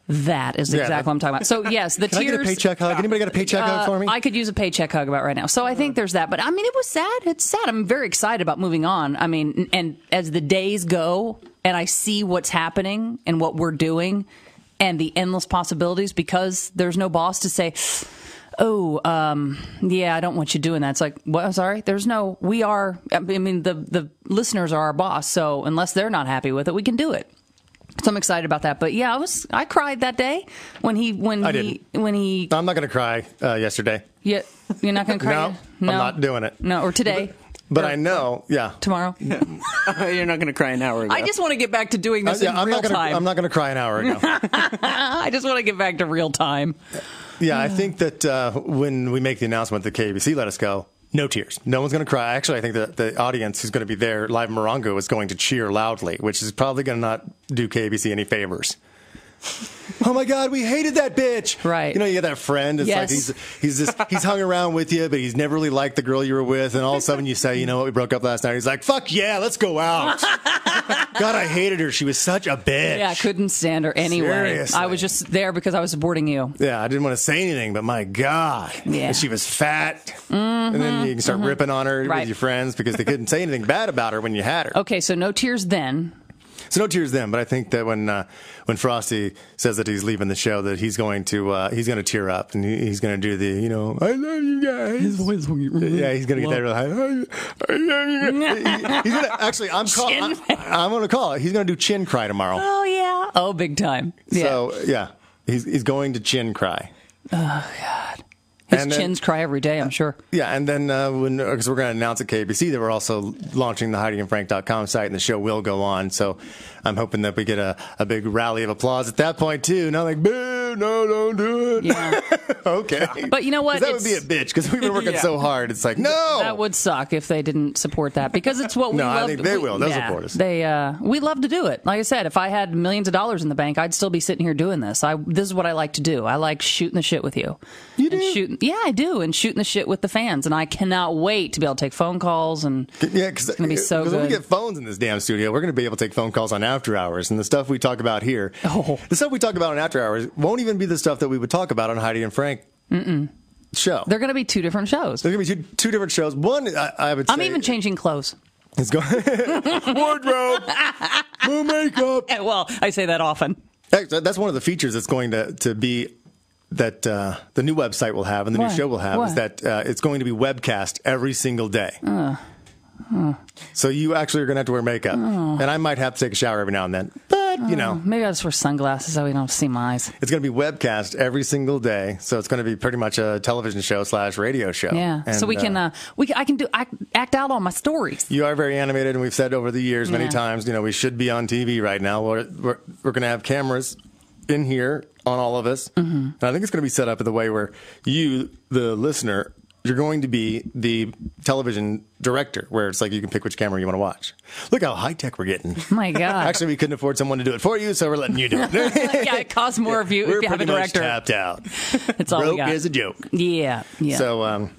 [SPEAKER 3] That is
[SPEAKER 4] Yeah,
[SPEAKER 3] exactly
[SPEAKER 4] that-
[SPEAKER 3] what I'm talking about. So yes, the
[SPEAKER 4] Can
[SPEAKER 3] tears.
[SPEAKER 4] I get a paycheck hug? Anybody got a paycheck hug for me?
[SPEAKER 3] Uh, I could use a paycheck hug about right now. So I think there's that. But I mean, it was sad. It's sad. I'm very excited about moving on. I mean, and as the days go and I see what's happening and what we're doing and the endless possibilities because there's no boss to say, oh, um, yeah, I don't want you doing that. It's like, well, sorry. There's no, we are, I mean, the, the listeners are our boss. So unless they're not happy with it, we can do it. So I'm excited about that, but yeah, I was I cried that day when he when
[SPEAKER 4] I
[SPEAKER 3] he when he
[SPEAKER 4] I'm not going to cry uh, yesterday.
[SPEAKER 3] yeah, you're not going to cry.
[SPEAKER 4] No,
[SPEAKER 3] yet?
[SPEAKER 4] I'm not doing it.
[SPEAKER 3] No, or today,
[SPEAKER 4] But I know, yeah.
[SPEAKER 3] tomorrow.
[SPEAKER 5] Oh, You're not going to cry an hour ago.
[SPEAKER 3] I just want to get back to doing
[SPEAKER 4] Uh,
[SPEAKER 3] this
[SPEAKER 4] yeah,
[SPEAKER 3] in
[SPEAKER 4] I'm
[SPEAKER 3] real
[SPEAKER 4] not gonna,
[SPEAKER 3] time.
[SPEAKER 4] I'm not going to cry an hour ago.
[SPEAKER 3] I just want to get back to real time.
[SPEAKER 4] Yeah, I think that uh, when we make the announcement that KBC let us go, no tears. No one's going to cry. Actually, I think that the audience who's going to be there live in Morongo is going to cheer loudly, which is probably going to not do KBC any favors. oh my God, we hated that bitch.
[SPEAKER 3] Right.
[SPEAKER 4] You know, you get that friend. It's like
[SPEAKER 3] Yes.
[SPEAKER 4] he's he's just he's hung around with you, but he's never really liked the girl you were with. And all of a sudden, you say, you know what, we broke up last night. He's like, fuck yeah, let's go out. God, I hated her. She was such a bitch.
[SPEAKER 3] Yeah, I couldn't stand her anyway.
[SPEAKER 4] Seriously.
[SPEAKER 3] I was just there because I was supporting you.
[SPEAKER 4] Yeah, I didn't want to say anything, but my God.
[SPEAKER 3] Yeah. Mm-hmm.
[SPEAKER 4] And she was fat. and then you can start ripping on her
[SPEAKER 3] Right. Oh.
[SPEAKER 4] with your friends because they couldn't say anything bad about her when you had her.
[SPEAKER 3] Okay, so no tears then.
[SPEAKER 4] So no tears then, but I think that when uh, when Frosty says that he's leaving the show, that he's going to uh, he's going to tear up and he, he's going to do the you know I love you guys. His voice will get yeah, he's going to get that real high. I love you guys." He- he's going to actually I'm call,
[SPEAKER 3] Chin.
[SPEAKER 4] I, I'm going to call it. He's going to do chin cry tomorrow.
[SPEAKER 3] Oh yeah. Oh, big time. Yeah.
[SPEAKER 4] So yeah, he's he's going to chin cry.
[SPEAKER 3] His
[SPEAKER 4] and then-
[SPEAKER 3] chins cry every day. I'm sure.
[SPEAKER 4] Yeah, and then uh, when because we're going to announce at KBC that we're also launching the HeidiandFrank.com site, and the show will go on. So I'm hoping that we get a, a big rally of applause at that point too. Not like boo, no, don't do it.
[SPEAKER 3] Yeah.
[SPEAKER 4] okay,
[SPEAKER 3] But you know what?
[SPEAKER 4] 'Cause That would be a
[SPEAKER 3] It's-
[SPEAKER 4] bitch because we've been working
[SPEAKER 5] Yeah.
[SPEAKER 4] so hard. It's like no,
[SPEAKER 3] That would suck if they didn't support that because it's what we
[SPEAKER 4] Oh. No, I
[SPEAKER 3] love.
[SPEAKER 4] think they
[SPEAKER 3] we-
[SPEAKER 4] will. They'll support us.
[SPEAKER 3] They uh, we love to do it. Like I said, if I had millions of dollars in the bank, I'd still be sitting here doing this. I this is what I like to do. I like shooting the shit with you. You do? Shooting, yeah, I do, and shooting the shit with the fans. And I cannot wait to be able to take phone calls and
[SPEAKER 4] Yeah, because
[SPEAKER 3] gonna be so
[SPEAKER 4] when we
[SPEAKER 3] good.
[SPEAKER 4] get phones in this damn studio, we're going to be able to take phone calls on after hours, and the stuff we talk about here,
[SPEAKER 3] Oh.
[SPEAKER 4] the stuff we talk about on after hours, won't even be the stuff that we would talk about on Heidi and Frank show.
[SPEAKER 3] they're going to be two different shows.
[SPEAKER 4] There's gonna be two, two different shows. One, I, I would.
[SPEAKER 3] I'm
[SPEAKER 4] say
[SPEAKER 3] even changing clothes.
[SPEAKER 4] It's going wardrobe, new makeup.
[SPEAKER 3] Eh, Well, I say that often.
[SPEAKER 4] Actually, that's one of the features that's going to to be that uh, the new website will have and the
[SPEAKER 3] What?
[SPEAKER 4] new show will have is
[SPEAKER 3] What?
[SPEAKER 4] that uh, it's going to be webcast every single day.
[SPEAKER 3] Uh,
[SPEAKER 4] So you actually are gonna have to wear makeup,
[SPEAKER 3] Oh.
[SPEAKER 4] and I might have to take a shower every now and then. But you know,
[SPEAKER 3] Maybe I just wear sunglasses so we don't see my eyes.
[SPEAKER 4] it's going to be webcast every single day, so it's going to be pretty much a television show slash radio show.
[SPEAKER 3] Yeah, so
[SPEAKER 4] Oh, And,
[SPEAKER 3] we can uh, we can, I can do I, act out all my stories.
[SPEAKER 4] you are very animated, and we've said over the years many
[SPEAKER 3] Yeah.
[SPEAKER 4] times, you know, we should be on TV right now. We're we're, we're going to have cameras in
[SPEAKER 3] Mm-hmm.
[SPEAKER 4] here on all of us, and I think it's going to be set up in the way where you, the listener, you're going to be the television director, where it's like you can pick which camera you want to watch. Look how high tech we're getting.
[SPEAKER 3] My God.
[SPEAKER 4] Actually, we couldn't afford someone to do it for you, so we're letting you do it.
[SPEAKER 3] yeah, it costs more if you
[SPEAKER 4] we're
[SPEAKER 3] if you have a
[SPEAKER 4] pretty much
[SPEAKER 3] director.
[SPEAKER 4] tapped out.
[SPEAKER 3] That's all we
[SPEAKER 4] Broke
[SPEAKER 3] got.
[SPEAKER 4] is a joke.
[SPEAKER 3] yeah, yeah.
[SPEAKER 4] So, um,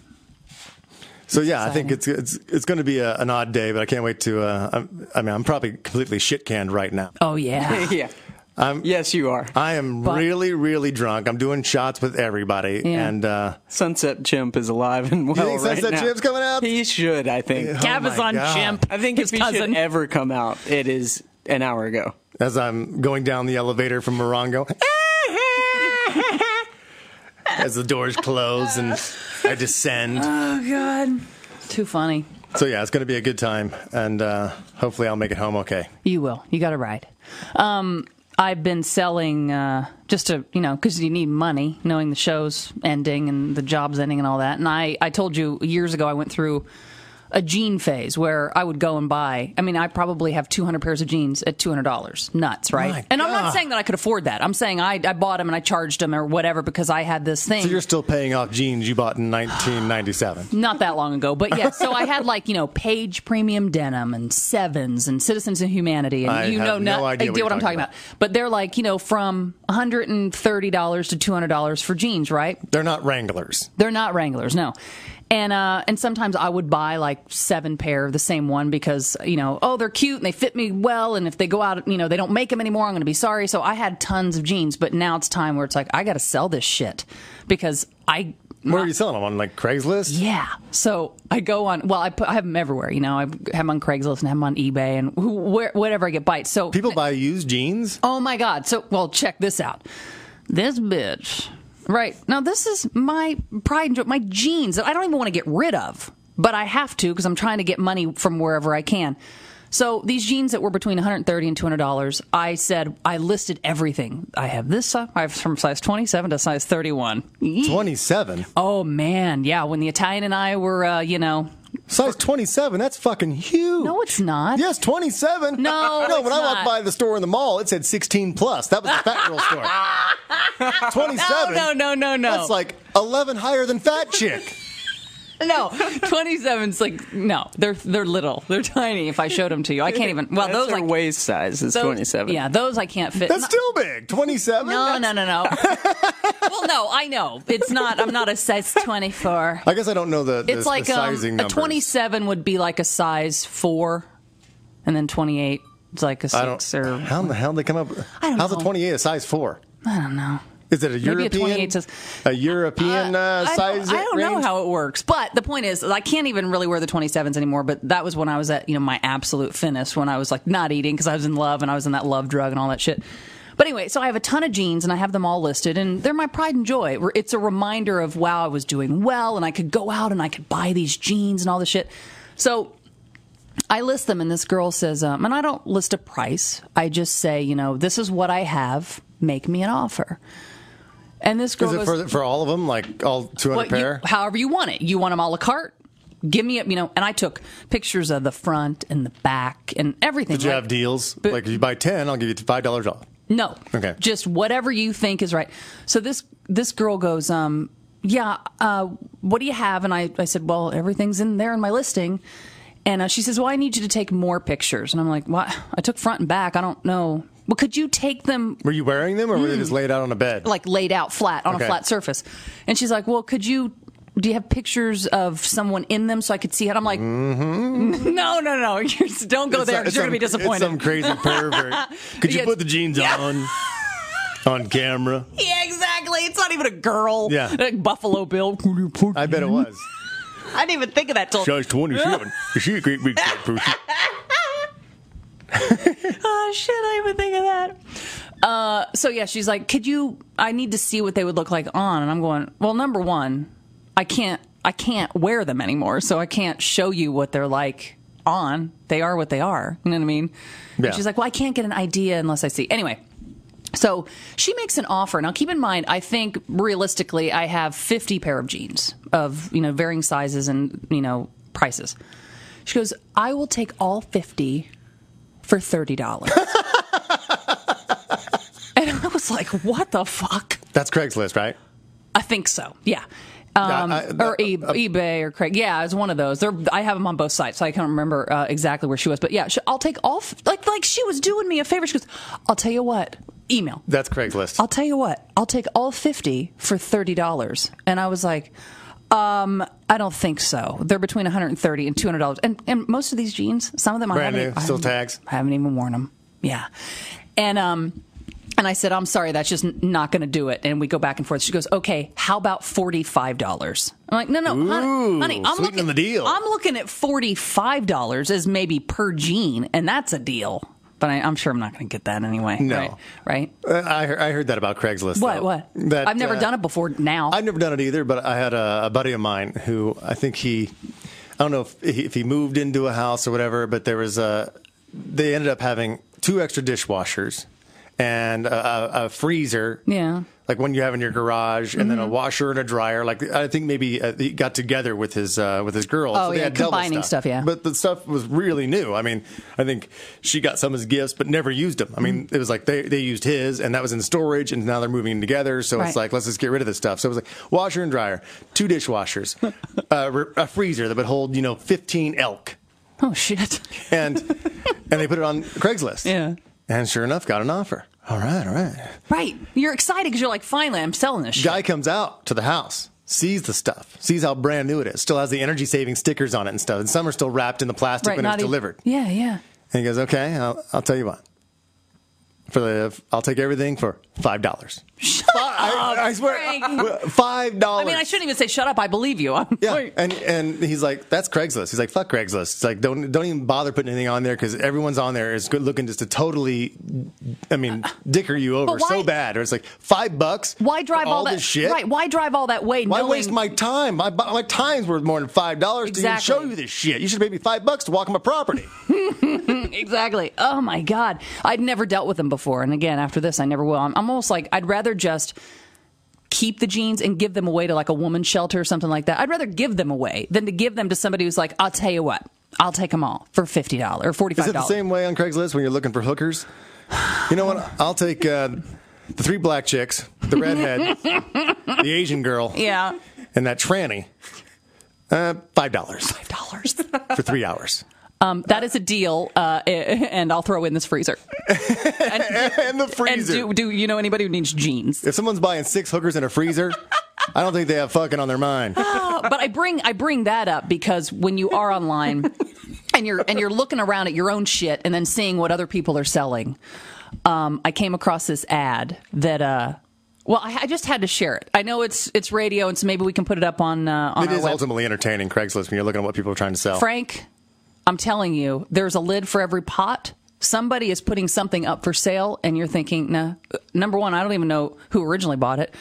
[SPEAKER 4] so yeah, I think it's it's it's going to be a, an odd day, but I can't wait to. Uh, I'm, I mean, I'm probably completely shit canned right now.
[SPEAKER 3] oh yeah.
[SPEAKER 5] yeah. yes, you are.
[SPEAKER 4] I am
[SPEAKER 3] But-
[SPEAKER 4] really, really drunk. I'm doing shots with everybody,
[SPEAKER 3] Yeah.
[SPEAKER 4] and uh,
[SPEAKER 5] Sunset Chimp is alive and well
[SPEAKER 4] think
[SPEAKER 5] right
[SPEAKER 4] Sunset
[SPEAKER 5] now.
[SPEAKER 4] Chimp's coming out?
[SPEAKER 5] He should, I think.
[SPEAKER 3] Gav
[SPEAKER 4] Oh
[SPEAKER 3] is
[SPEAKER 4] my
[SPEAKER 3] on
[SPEAKER 4] God.
[SPEAKER 3] chimp.
[SPEAKER 5] I think
[SPEAKER 3] his
[SPEAKER 5] if he
[SPEAKER 3] cousin.
[SPEAKER 5] should ever come out, it is an hour ago.
[SPEAKER 4] as I'm going down the elevator from Morongo, as the doors close and I descend.
[SPEAKER 3] oh God. Too funny.
[SPEAKER 4] So yeah, it's going to be a good time, and uh, hopefully I'll make it home okay.
[SPEAKER 3] You will. You got to ride. Um, I've been selling uh, just to, you know, because you need money, knowing the show's ending and the job's ending and all that. And I, I told you years ago, I went through a jean phase where I would go and buy. I mean, I probably have 200 pairs of jeans at $200. Nuts, right?
[SPEAKER 4] My
[SPEAKER 3] and I'm
[SPEAKER 4] God.
[SPEAKER 3] not saying that I could afford that. I'm saying I, I bought them and I charged them or whatever because I had this thing
[SPEAKER 4] So you're still paying off jeans you bought in 1997.
[SPEAKER 3] not that long ago, but yeah. So I had like you know Page Premium Denim and Sevens and Citizens of Humanity, and
[SPEAKER 4] I
[SPEAKER 3] you
[SPEAKER 4] have
[SPEAKER 3] know uh,
[SPEAKER 4] no idea what
[SPEAKER 3] what,
[SPEAKER 4] you're
[SPEAKER 3] I'm
[SPEAKER 4] talking
[SPEAKER 3] talking about. But they're like you know from 130 dollars to 200 dollars for jeans, right?
[SPEAKER 4] They're not Wranglers.
[SPEAKER 3] They're not Wranglers, no. And uh, and sometimes I would buy like seven pair of the same one because you know oh they're cute and they fit me well and if they go out you know they don't make them anymore I'm going to be sorry so I had tons of jeans but now it's time where it's like I got to sell this shit because I
[SPEAKER 4] Where are you selling them on like Craigslist?
[SPEAKER 3] yeah. So I go on. Well, I put I have them everywhere. You know, I have them on Craigslist and have them on eBay and who, where, whatever I get bites. So
[SPEAKER 4] People buy used jeans.
[SPEAKER 3] Oh my God. So, well, check this out. This bitch. Right. Now, this is my pride and joy, my jeans that I don't even want to get rid of, but I have to because I'm trying to get money from wherever I can. So, these jeans that were between 130 and 200 dollars, I said I listed everything. I have this size, I have from size 27 to size 31. Yeet.
[SPEAKER 4] 27.
[SPEAKER 3] Oh man, yeah. When the Italian and I were, uh, you know,
[SPEAKER 4] Size 27. That's fucking huge.
[SPEAKER 3] No, it's not.
[SPEAKER 4] Yes, 27.
[SPEAKER 3] No,
[SPEAKER 4] no.
[SPEAKER 3] it's
[SPEAKER 4] when I walked
[SPEAKER 3] not.
[SPEAKER 4] by the store in the mall, it said 16 plus. That was the fat girl store. 27.
[SPEAKER 3] No, no, no, no, no.
[SPEAKER 4] That's like 11 higher than fat chick.
[SPEAKER 3] No, 27's like no. They're they're little. They're tiny. If I showed them to you, I can't even. Well,
[SPEAKER 5] That's
[SPEAKER 3] those
[SPEAKER 5] her
[SPEAKER 3] like
[SPEAKER 5] waist size is
[SPEAKER 3] those-
[SPEAKER 5] 27.
[SPEAKER 3] Yeah, those I can't fit.
[SPEAKER 4] That's
[SPEAKER 3] No-
[SPEAKER 4] still big. 27.
[SPEAKER 3] no, no, no, no. well, no, I know it's not. I'm not a size 24.
[SPEAKER 4] I guess I don't know the, the,
[SPEAKER 3] It's
[SPEAKER 4] the
[SPEAKER 3] like um,
[SPEAKER 4] sizing
[SPEAKER 3] a
[SPEAKER 4] numbers.
[SPEAKER 3] 27 would be like a size four, and then 28 is like a
[SPEAKER 4] I don't.
[SPEAKER 3] six or
[SPEAKER 4] How in the hell did they come up?
[SPEAKER 3] I don't
[SPEAKER 4] How's a
[SPEAKER 3] know.
[SPEAKER 4] 28 a size four?
[SPEAKER 3] I don't know.
[SPEAKER 4] Is it a
[SPEAKER 3] Maybe a
[SPEAKER 4] European?
[SPEAKER 3] 28 says-
[SPEAKER 4] a European uh,
[SPEAKER 3] I don't-
[SPEAKER 4] size.
[SPEAKER 3] I don't know
[SPEAKER 4] range?
[SPEAKER 3] how it works, but the point is, I can't even really wear the 27s anymore. But that was when I was at you know my absolute thinnest, when I was like not eating because I was in love and I was in that love drug and all that shit. But anyway, so I have a ton of jeans and I have them all listed, and they're my pride and joy. Re- It's a reminder of wow, I was doing well, and I could go out and I could buy these jeans and all this shit. So I list them, and this girl says, um, and I don't list a price. I just say, you know, this is what I have. Make me an offer. And this girl
[SPEAKER 4] Is it
[SPEAKER 3] goes,
[SPEAKER 4] for, for all of them? Like all 200
[SPEAKER 3] what you-
[SPEAKER 4] pair?
[SPEAKER 3] however you want it. You want them a la carte? Give me a, you know, and I took pictures of the front and the back and everything.
[SPEAKER 4] Did you
[SPEAKER 3] like-
[SPEAKER 4] have deals?
[SPEAKER 3] but-
[SPEAKER 4] like if you buy 10, I'll give you $5 off.
[SPEAKER 3] No.
[SPEAKER 4] Okay.
[SPEAKER 3] Just whatever you think is right. So this this girl goes, um, yeah, uh, what do you have? And I, I said, well, everything's in there in my listing. And uh, she says, well, I need you to take more pictures. And I'm like, what? I took front and back. I don't know. Well, could you take them
[SPEAKER 4] Were you wearing them or were they just laid out on a bed?
[SPEAKER 3] Hmm. like laid out flat on
[SPEAKER 4] Okay.
[SPEAKER 3] a flat surface. And she's like, "Well, could you do you have pictures of someone in them so I could see it?" I'm like, "No, no, no. You just don't go
[SPEAKER 4] Mm-hmm. It's
[SPEAKER 3] oh, there
[SPEAKER 4] some-
[SPEAKER 3] because you're
[SPEAKER 4] it's
[SPEAKER 3] going to be
[SPEAKER 4] some-
[SPEAKER 3] disappointed."
[SPEAKER 4] It's some crazy pervert. Could you
[SPEAKER 3] Yeah.
[SPEAKER 4] put the jeans
[SPEAKER 3] Yeah.
[SPEAKER 4] on on camera?
[SPEAKER 3] yeah, exactly. It's not even a girl.
[SPEAKER 4] Yeah.
[SPEAKER 3] Like Buffalo Bill.
[SPEAKER 4] I bet it was.
[SPEAKER 3] I didn't even think of that till
[SPEAKER 4] Size 27. Is she a great big fat person?
[SPEAKER 3] oh shit, I didn't even think of that. Uh, so yeah, she's like, "Could you? I need to see what they would look like on." And I'm going, "Well, number one, I can't, I can't wear them anymore, so I can't show you what they're like on. They are what they are. You know what I mean?"
[SPEAKER 4] Yeah.
[SPEAKER 3] And she's like, "Well, I can't get an idea unless I see." Anyway. So she makes an offer. Now, keep in mind, I think realistically, I have 50 pair of jeans of you know varying sizes and you know prices. She goes, "I will take all 50 for thirty dollars." and I was like, "What the fuck?"
[SPEAKER 4] That's Craigslist, right?
[SPEAKER 3] I think so. Yeah. um,
[SPEAKER 4] I-
[SPEAKER 3] or e- eBay or Craig. Yeah, it's one of those. They're, I have them on both sites, so I can't remember uh, exactly where she was. But yeah, she, I'll take all. F- like like she was doing me a favor. She goes, "I'll tell you what, email.
[SPEAKER 4] That's Craigslist.
[SPEAKER 3] I'll tell you what, I'll take all fifty for thirty dollars." And I was like. Um, I don't think so. They're between 130 and 200 dollars, and and most of these jeans, some of them I
[SPEAKER 4] Brand
[SPEAKER 3] haven't
[SPEAKER 4] new,
[SPEAKER 3] even- I
[SPEAKER 4] still
[SPEAKER 3] haven't-
[SPEAKER 4] tags.
[SPEAKER 3] I haven't even worn them. Yeah, and um, and I said, I'm sorry, that's just n- not going to do it. And we go back and forth. She goes, Okay, how about forty five dollars? I'm like, No, no, hon-
[SPEAKER 4] Ooh,
[SPEAKER 3] honey, I'm
[SPEAKER 4] sweeten
[SPEAKER 3] looking
[SPEAKER 4] the deal.
[SPEAKER 3] I'm looking at forty five dollars as maybe per jean, and that's a deal. But I, I'm sure I'm not going to get that anyway.
[SPEAKER 4] No.
[SPEAKER 3] right? right?
[SPEAKER 4] Uh, I, heard, I heard that about Craigslist.
[SPEAKER 3] What?
[SPEAKER 4] though.
[SPEAKER 3] What?
[SPEAKER 4] That,
[SPEAKER 3] I've never
[SPEAKER 4] uh,
[SPEAKER 3] done it before. Now
[SPEAKER 4] I've never done it either, but I had a, a buddy of mine who I think he, I don't know if he, if he moved into a house or whatever, but there was a, they ended up having two extra dishwashers and a, a, a freezer.
[SPEAKER 3] Yeah. Mm-hmm.
[SPEAKER 4] Like one you have in your garage, and then a washer and a dryer. Like I think maybe uh, he got together with his uh, with his girl.
[SPEAKER 3] Oh,
[SPEAKER 4] they
[SPEAKER 3] yeah,
[SPEAKER 4] had double
[SPEAKER 3] combining stuff, yeah.
[SPEAKER 4] but the stuff was really new. I mean, I think she got some as gifts, but never used them. I
[SPEAKER 3] Mm.
[SPEAKER 4] mean, it was like they, they used his, and that was in storage, and now they're moving together. So
[SPEAKER 3] Right.
[SPEAKER 4] it's like, let's just get rid of this stuff. So it was like washer and dryer, two dishwashers, a, re- a freezer that would hold, you know, 15 elk.
[SPEAKER 3] oh shit.
[SPEAKER 4] And, and they put it on Craigslist.
[SPEAKER 3] Yeah.
[SPEAKER 4] And sure enough, got an offer. All right, all right.
[SPEAKER 3] Right, you're excited because you're like, finally, I'm selling this. shit.
[SPEAKER 4] Guy comes out to the house, sees the stuff, sees how brand new it is, still has the energy saving stickers on it and stuff. And some are still wrapped in the plastic
[SPEAKER 3] Right,
[SPEAKER 4] when it's
[SPEAKER 3] not e-
[SPEAKER 4] delivered.
[SPEAKER 3] Yeah, yeah.
[SPEAKER 4] And he goes, "Okay, I'll, I'll tell you what. For the, I'll take everything for five dollars. I, I swear,
[SPEAKER 3] Frank.
[SPEAKER 4] five dollars.
[SPEAKER 3] I mean, I shouldn't even say shut up. I believe you. I'm
[SPEAKER 4] Yeah,
[SPEAKER 3] like-
[SPEAKER 4] and and he's like, "That's Craigslist." He's like, "Fuck Craigslist." It's like, don't don't even bother putting anything on there because everyone's on there is good looking just to totally, I mean, dicker you over
[SPEAKER 3] Uh, But why-
[SPEAKER 4] so bad. Or it's like five bucks.
[SPEAKER 3] Why
[SPEAKER 4] for
[SPEAKER 3] drive all, that
[SPEAKER 4] this shit?
[SPEAKER 3] Right? Why drive all that way?
[SPEAKER 4] Why
[SPEAKER 3] knowing,
[SPEAKER 4] waste my time? My bu- my time's worth more than five dollars
[SPEAKER 3] Exactly.
[SPEAKER 4] to even show you this shit. You should pay me five bucks to walk on my property.
[SPEAKER 3] exactly? Oh my god, I'd never dealt with them before, and again after this, I never will. I'm, I'm almost like I'd rather just keep the jeans and give them away to like a woman's shelter or something like that. I'd rather give them away than to give them to somebody who's like, I'll tell you what, I'll take them all for fifty dollars or forty
[SPEAKER 4] Is
[SPEAKER 3] five
[SPEAKER 4] it the
[SPEAKER 3] dollars.
[SPEAKER 4] same way on Craigslist when you're looking for hookers? You know what? I'll take uh, the three black chicks, the redhead, the Asian girl,
[SPEAKER 3] yeah,
[SPEAKER 4] and that tranny. Uh, Five dollars
[SPEAKER 3] dollars.
[SPEAKER 4] for three hours,
[SPEAKER 3] Um, that is a deal, uh, and I'll throw in this freezer. And,
[SPEAKER 4] and the
[SPEAKER 3] and
[SPEAKER 4] freezer.
[SPEAKER 3] do do you know anybody who needs jeans?
[SPEAKER 4] if someone's buying six hookers in a freezer, I don't think they have fucking on their mind.
[SPEAKER 3] but I bring I bring that up because when you are online and you're and you're looking around at your own shit and then seeing what other people are selling, um, I came across this ad that uh, well I, I just had to share it. I know it's it's radio and so maybe we can put it up on uh, on
[SPEAKER 4] It
[SPEAKER 3] our
[SPEAKER 4] is
[SPEAKER 3] web-
[SPEAKER 4] ultimately entertaining Craigslist when you're looking at what people are trying to sell.
[SPEAKER 3] Frank, I'm telling you, there's a lid for every pot. Somebody is putting something up for sale, and you're thinking, nah, number one, I don't even know who originally bought it.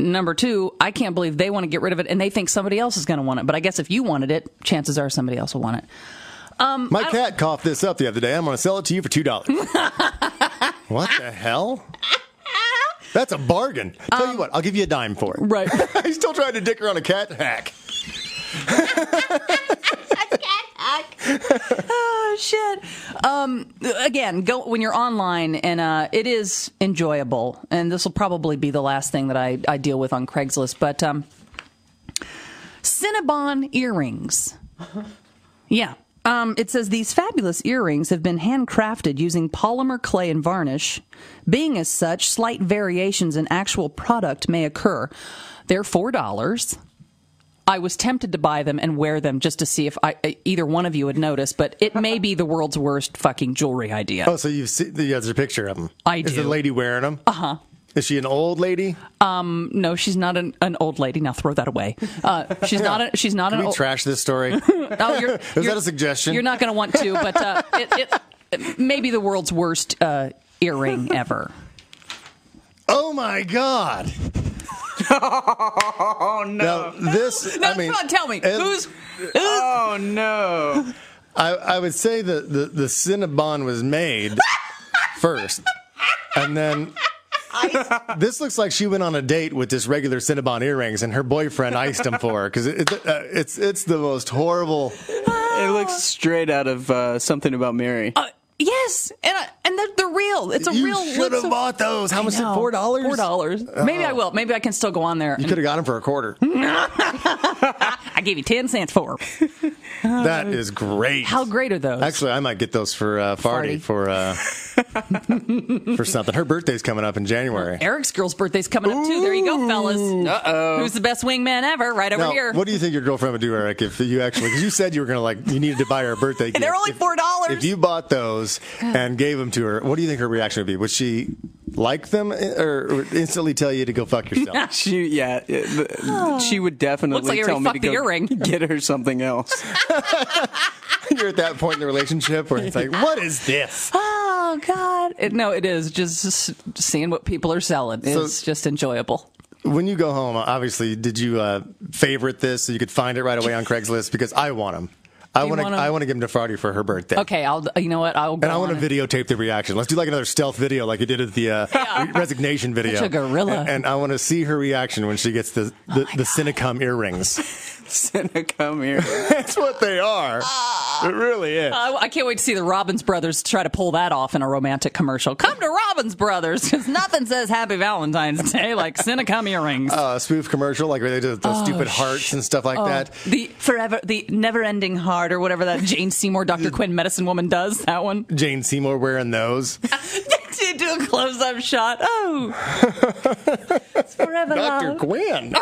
[SPEAKER 3] Number two, I can't believe they want to get rid of it and they think somebody else is going to want it. But I guess if you wanted it, chances are somebody else will want it.
[SPEAKER 4] My cat coughed this up the other day. I'm going to sell it to you for two dollars. what the hell? That's a bargain. Tell you what, I'll give you a dime for it.
[SPEAKER 3] Um, Right.
[SPEAKER 4] He's still trying to dick around a cat hack.
[SPEAKER 3] oh, shit. Um, again, go when you're online, and uh, it is enjoyable. And this will probably be the last thing that I, I deal with on Craigslist. But um, Cinnabon earrings. Yeah. Um, it says these fabulous earrings have been handcrafted using polymer clay and varnish. Being as such, slight variations in actual product may occur. They're four dollars. I was tempted to buy them and wear them just to see if I, uh, either one of you would notice, but it may be the world's worst fucking jewelry idea.
[SPEAKER 4] Oh, so you've seen you there's a picture of him.
[SPEAKER 3] I
[SPEAKER 4] Is
[SPEAKER 3] do. Uh-huh.
[SPEAKER 4] the lady wearing them? Uh huh. Is she an old lady?
[SPEAKER 3] Mm, No, she's not an, an old lady. Now throw that away. Uh, she's not. A, she's not
[SPEAKER 4] Can
[SPEAKER 3] an
[SPEAKER 4] we
[SPEAKER 3] old.
[SPEAKER 4] trash this story?
[SPEAKER 3] Oh, you're,
[SPEAKER 4] that
[SPEAKER 3] you're-
[SPEAKER 4] a suggestion?
[SPEAKER 3] You're not going to want to, but uh, it, it may be the world's worst uh, earring ever.
[SPEAKER 4] oh my god.
[SPEAKER 5] Oh no!
[SPEAKER 4] Now this,
[SPEAKER 3] No,
[SPEAKER 4] I mean,
[SPEAKER 3] come on, tell me
[SPEAKER 4] it-
[SPEAKER 3] who's
[SPEAKER 5] Oh no!
[SPEAKER 4] I, I would say that the the Cinnabon was made first, and then. this looks like she went on a date with just regular Cinnabon earrings, and her boyfriend iced them for her because it, it, uh, it's it's the most horrible.
[SPEAKER 5] It looks straight out of uh, something about Mary.
[SPEAKER 3] yes. Yes, and I, and they're, they're real. It's a
[SPEAKER 4] you
[SPEAKER 3] real.
[SPEAKER 4] should have
[SPEAKER 3] Lipson-
[SPEAKER 4] bought those. How much?
[SPEAKER 3] No.
[SPEAKER 4] Four dollars.
[SPEAKER 3] Four dollars. Maybe I will. Maybe I can still go on there.
[SPEAKER 2] You
[SPEAKER 3] and-
[SPEAKER 2] could have got them for a quarter.
[SPEAKER 3] Hmm. I gave you ten cents for. 'em.
[SPEAKER 4] That is great.
[SPEAKER 3] How great are those?
[SPEAKER 4] Actually, I might get those for uh, Farty
[SPEAKER 3] Farty.
[SPEAKER 4] for uh, for something. Her birthday's coming up in January.
[SPEAKER 3] Eric's girl's birthday's coming up too. There you go, fellas. Uh oh. Who's the best wingman ever? Right over
[SPEAKER 4] Now,
[SPEAKER 3] here.
[SPEAKER 4] what do you think your girlfriend would do, Eric, if you actually? Because you said you were gonna like you needed to buy her a birthday. gift.
[SPEAKER 3] they're only
[SPEAKER 4] If-
[SPEAKER 3] $4.
[SPEAKER 4] If you bought those and gave them to her, what do you think her reaction would be? Would she like them eh, or or instantly tell you to go fuck yourself?
[SPEAKER 5] She yeah, it- the- she would definitely
[SPEAKER 3] Looks like I already
[SPEAKER 5] tell me to
[SPEAKER 3] fucked the
[SPEAKER 5] go
[SPEAKER 3] earring.
[SPEAKER 5] get her something else.
[SPEAKER 4] You're at that point in the relationship where it's like, what is this?
[SPEAKER 3] oh God! It- no, it is just, just seeing what people are selling.
[SPEAKER 4] So-
[SPEAKER 3] It's just enjoyable.
[SPEAKER 4] When you go home, obviously, did you uh, favorite this so you could find it right away on Craigslist? Because I want them. I
[SPEAKER 3] You
[SPEAKER 4] want to.
[SPEAKER 3] want 'em?
[SPEAKER 4] I want to give them to Friday for her birthday.
[SPEAKER 3] Okay, I'll. uh, You know what? I'll. Go
[SPEAKER 4] And I
[SPEAKER 3] on
[SPEAKER 4] want
[SPEAKER 3] it.
[SPEAKER 4] to videotape the reaction. Let's do like another stealth video, like you did at the uh, resignation video.
[SPEAKER 3] Such a gorilla.
[SPEAKER 4] And, and I want to see her reaction when she gets the the, the Cinecom earrings.
[SPEAKER 5] Santa, come here.
[SPEAKER 4] That's what they are. it really is.
[SPEAKER 3] I, I can't wait to see the Robbins brothers try to pull that off in a romantic commercial. Come to Robbins Brothers because nothing says Happy Valentine's Day like Cinecom earrings.
[SPEAKER 4] Uh, spoof commercial, like where they do the stupid hearts and stuff
[SPEAKER 3] oh.
[SPEAKER 4] like that.
[SPEAKER 3] the forever, the never-ending heart, or whatever that Jane Seymour, Dr. Quinn, medicine woman does. That one.
[SPEAKER 4] Jane Seymour wearing those.
[SPEAKER 3] to do a close-up shot. Oh, it's forever
[SPEAKER 4] Dr.
[SPEAKER 3] love.
[SPEAKER 4] Quinn.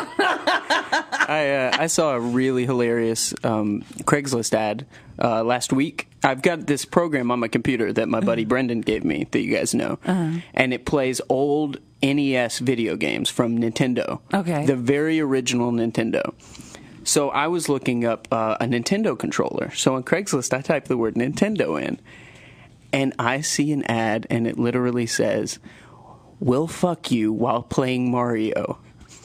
[SPEAKER 5] I uh, I saw a really hilarious um, Craigslist ad uh, last week. I've got this program on my computer that my buddy Brendan gave me that you guys know, and it plays old NES video games from Nintendo.
[SPEAKER 3] Okay.
[SPEAKER 5] the very original Nintendo. So I was looking up uh, a Nintendo controller. So on Craigslist, I typed the word Nintendo in, and I see an ad, and it literally says, "We'll fuck you while playing Mario."